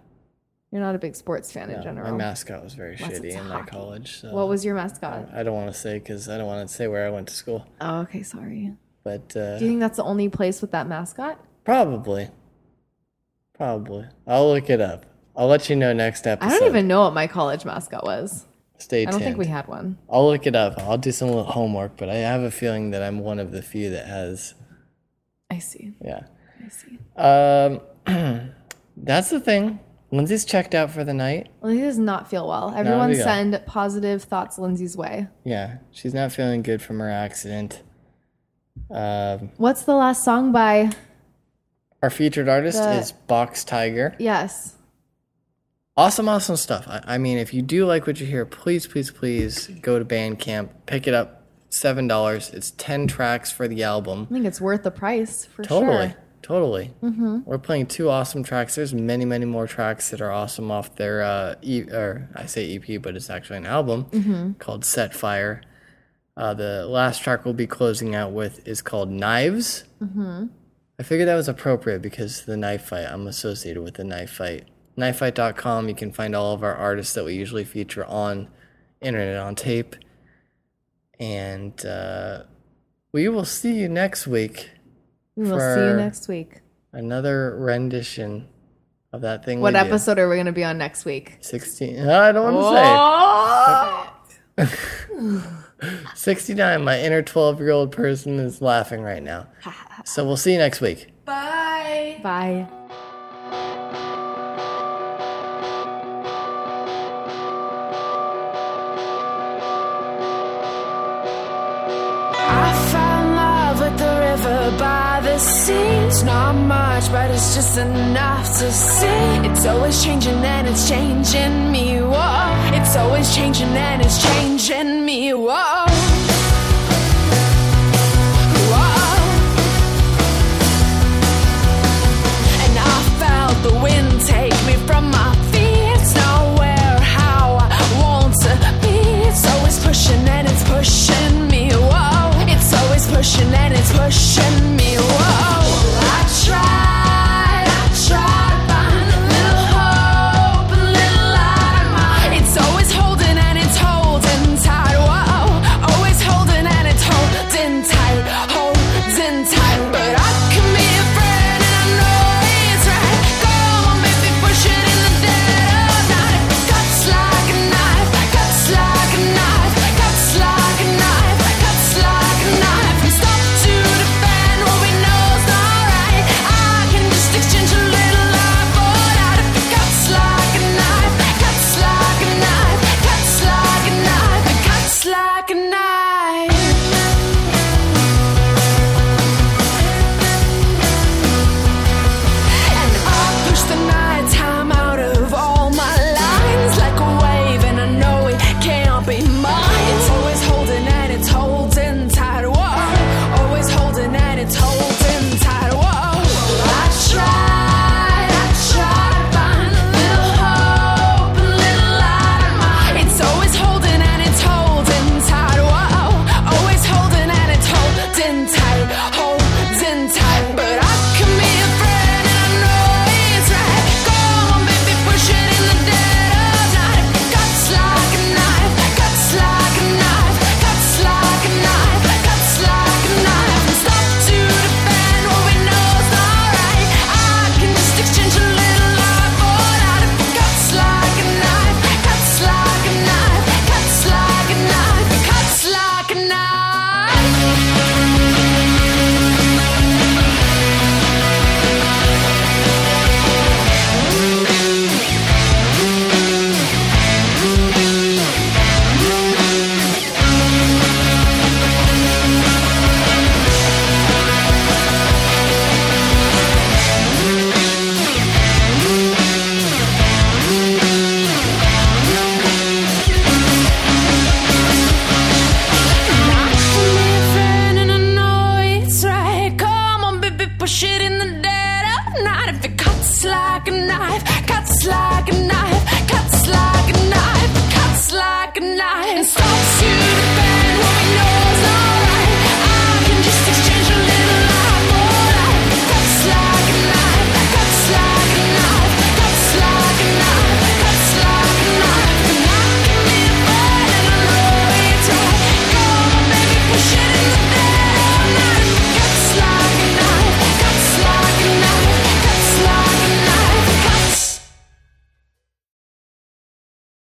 Speaker 2: You're not a big sports fan in
Speaker 1: My
Speaker 2: general.
Speaker 1: mascot was very
Speaker 2: Unless
Speaker 1: shitty
Speaker 2: it's
Speaker 1: in my
Speaker 2: hockey.
Speaker 1: college. So
Speaker 2: What was your mascot?
Speaker 1: I don't want to say because I don't want to say where I went to school,
Speaker 2: Oh, okay, sorry.
Speaker 1: but uh,
Speaker 2: Do you think that's the only place with that mascot?
Speaker 1: probably, probably. I'll look it up. I'll let you know next
Speaker 2: I
Speaker 1: episode.
Speaker 2: don't even know what my college mascot was.
Speaker 1: Stay
Speaker 2: I
Speaker 1: tuned.
Speaker 2: don't think we had one.
Speaker 1: I'll look it up. I'll do some little homework, but I have a feeling that I'm one of the few that has.
Speaker 2: I see.
Speaker 1: Yeah.
Speaker 2: I see.
Speaker 1: Um, that's the thing. Lindsay's checked out for the night.
Speaker 2: Lindsay does not feel well. Everyone
Speaker 1: yeah.
Speaker 2: send positive thoughts Lindsay's way.
Speaker 1: Yeah, she's not feeling good from her accident. Um,
Speaker 2: What's the last song by?
Speaker 1: our featured artist
Speaker 2: The-
Speaker 1: is Box Tiger.
Speaker 2: Yes.
Speaker 1: Awesome, awesome stuff. I, I mean, if you do like what you hear, please, please, please go to Bandcamp, pick it up. Seven dollars. It's ten tracks for the album.
Speaker 2: I think it's worth the price for
Speaker 1: Totally.
Speaker 2: sure.
Speaker 1: Totally. Mm-hmm. We're playing two awesome tracks. There's many, many more tracks that are awesome off their, uh, e- or I say EP, but it's actually an album called Set Fire. Uh, the last track we'll be closing out with is called Knives. Mm-hmm. I figured that was appropriate because the knife fight, I'm associated with the knife fight. Knifefight.com, you can find all of our artists that we usually feature on internet on tape. And uh, we will see you next week
Speaker 2: We will see you
Speaker 1: For-
Speaker 2: next week.
Speaker 1: another rendition of that thing.
Speaker 2: What
Speaker 1: we do.
Speaker 2: episode are we going to be on next week?
Speaker 1: Sixteen. uh, I don't want to say. Sixty-nine. My inner twelve-year-old person is laughing right now. so we'll see you next week.
Speaker 4: Bye.
Speaker 2: Bye.
Speaker 4: I found love at the river by the sea. It's not much, but it's just enough to see. It's always changing and it's changing me. Whoa. It's always changing and it's changing me. Whoa. Whoa. And I found but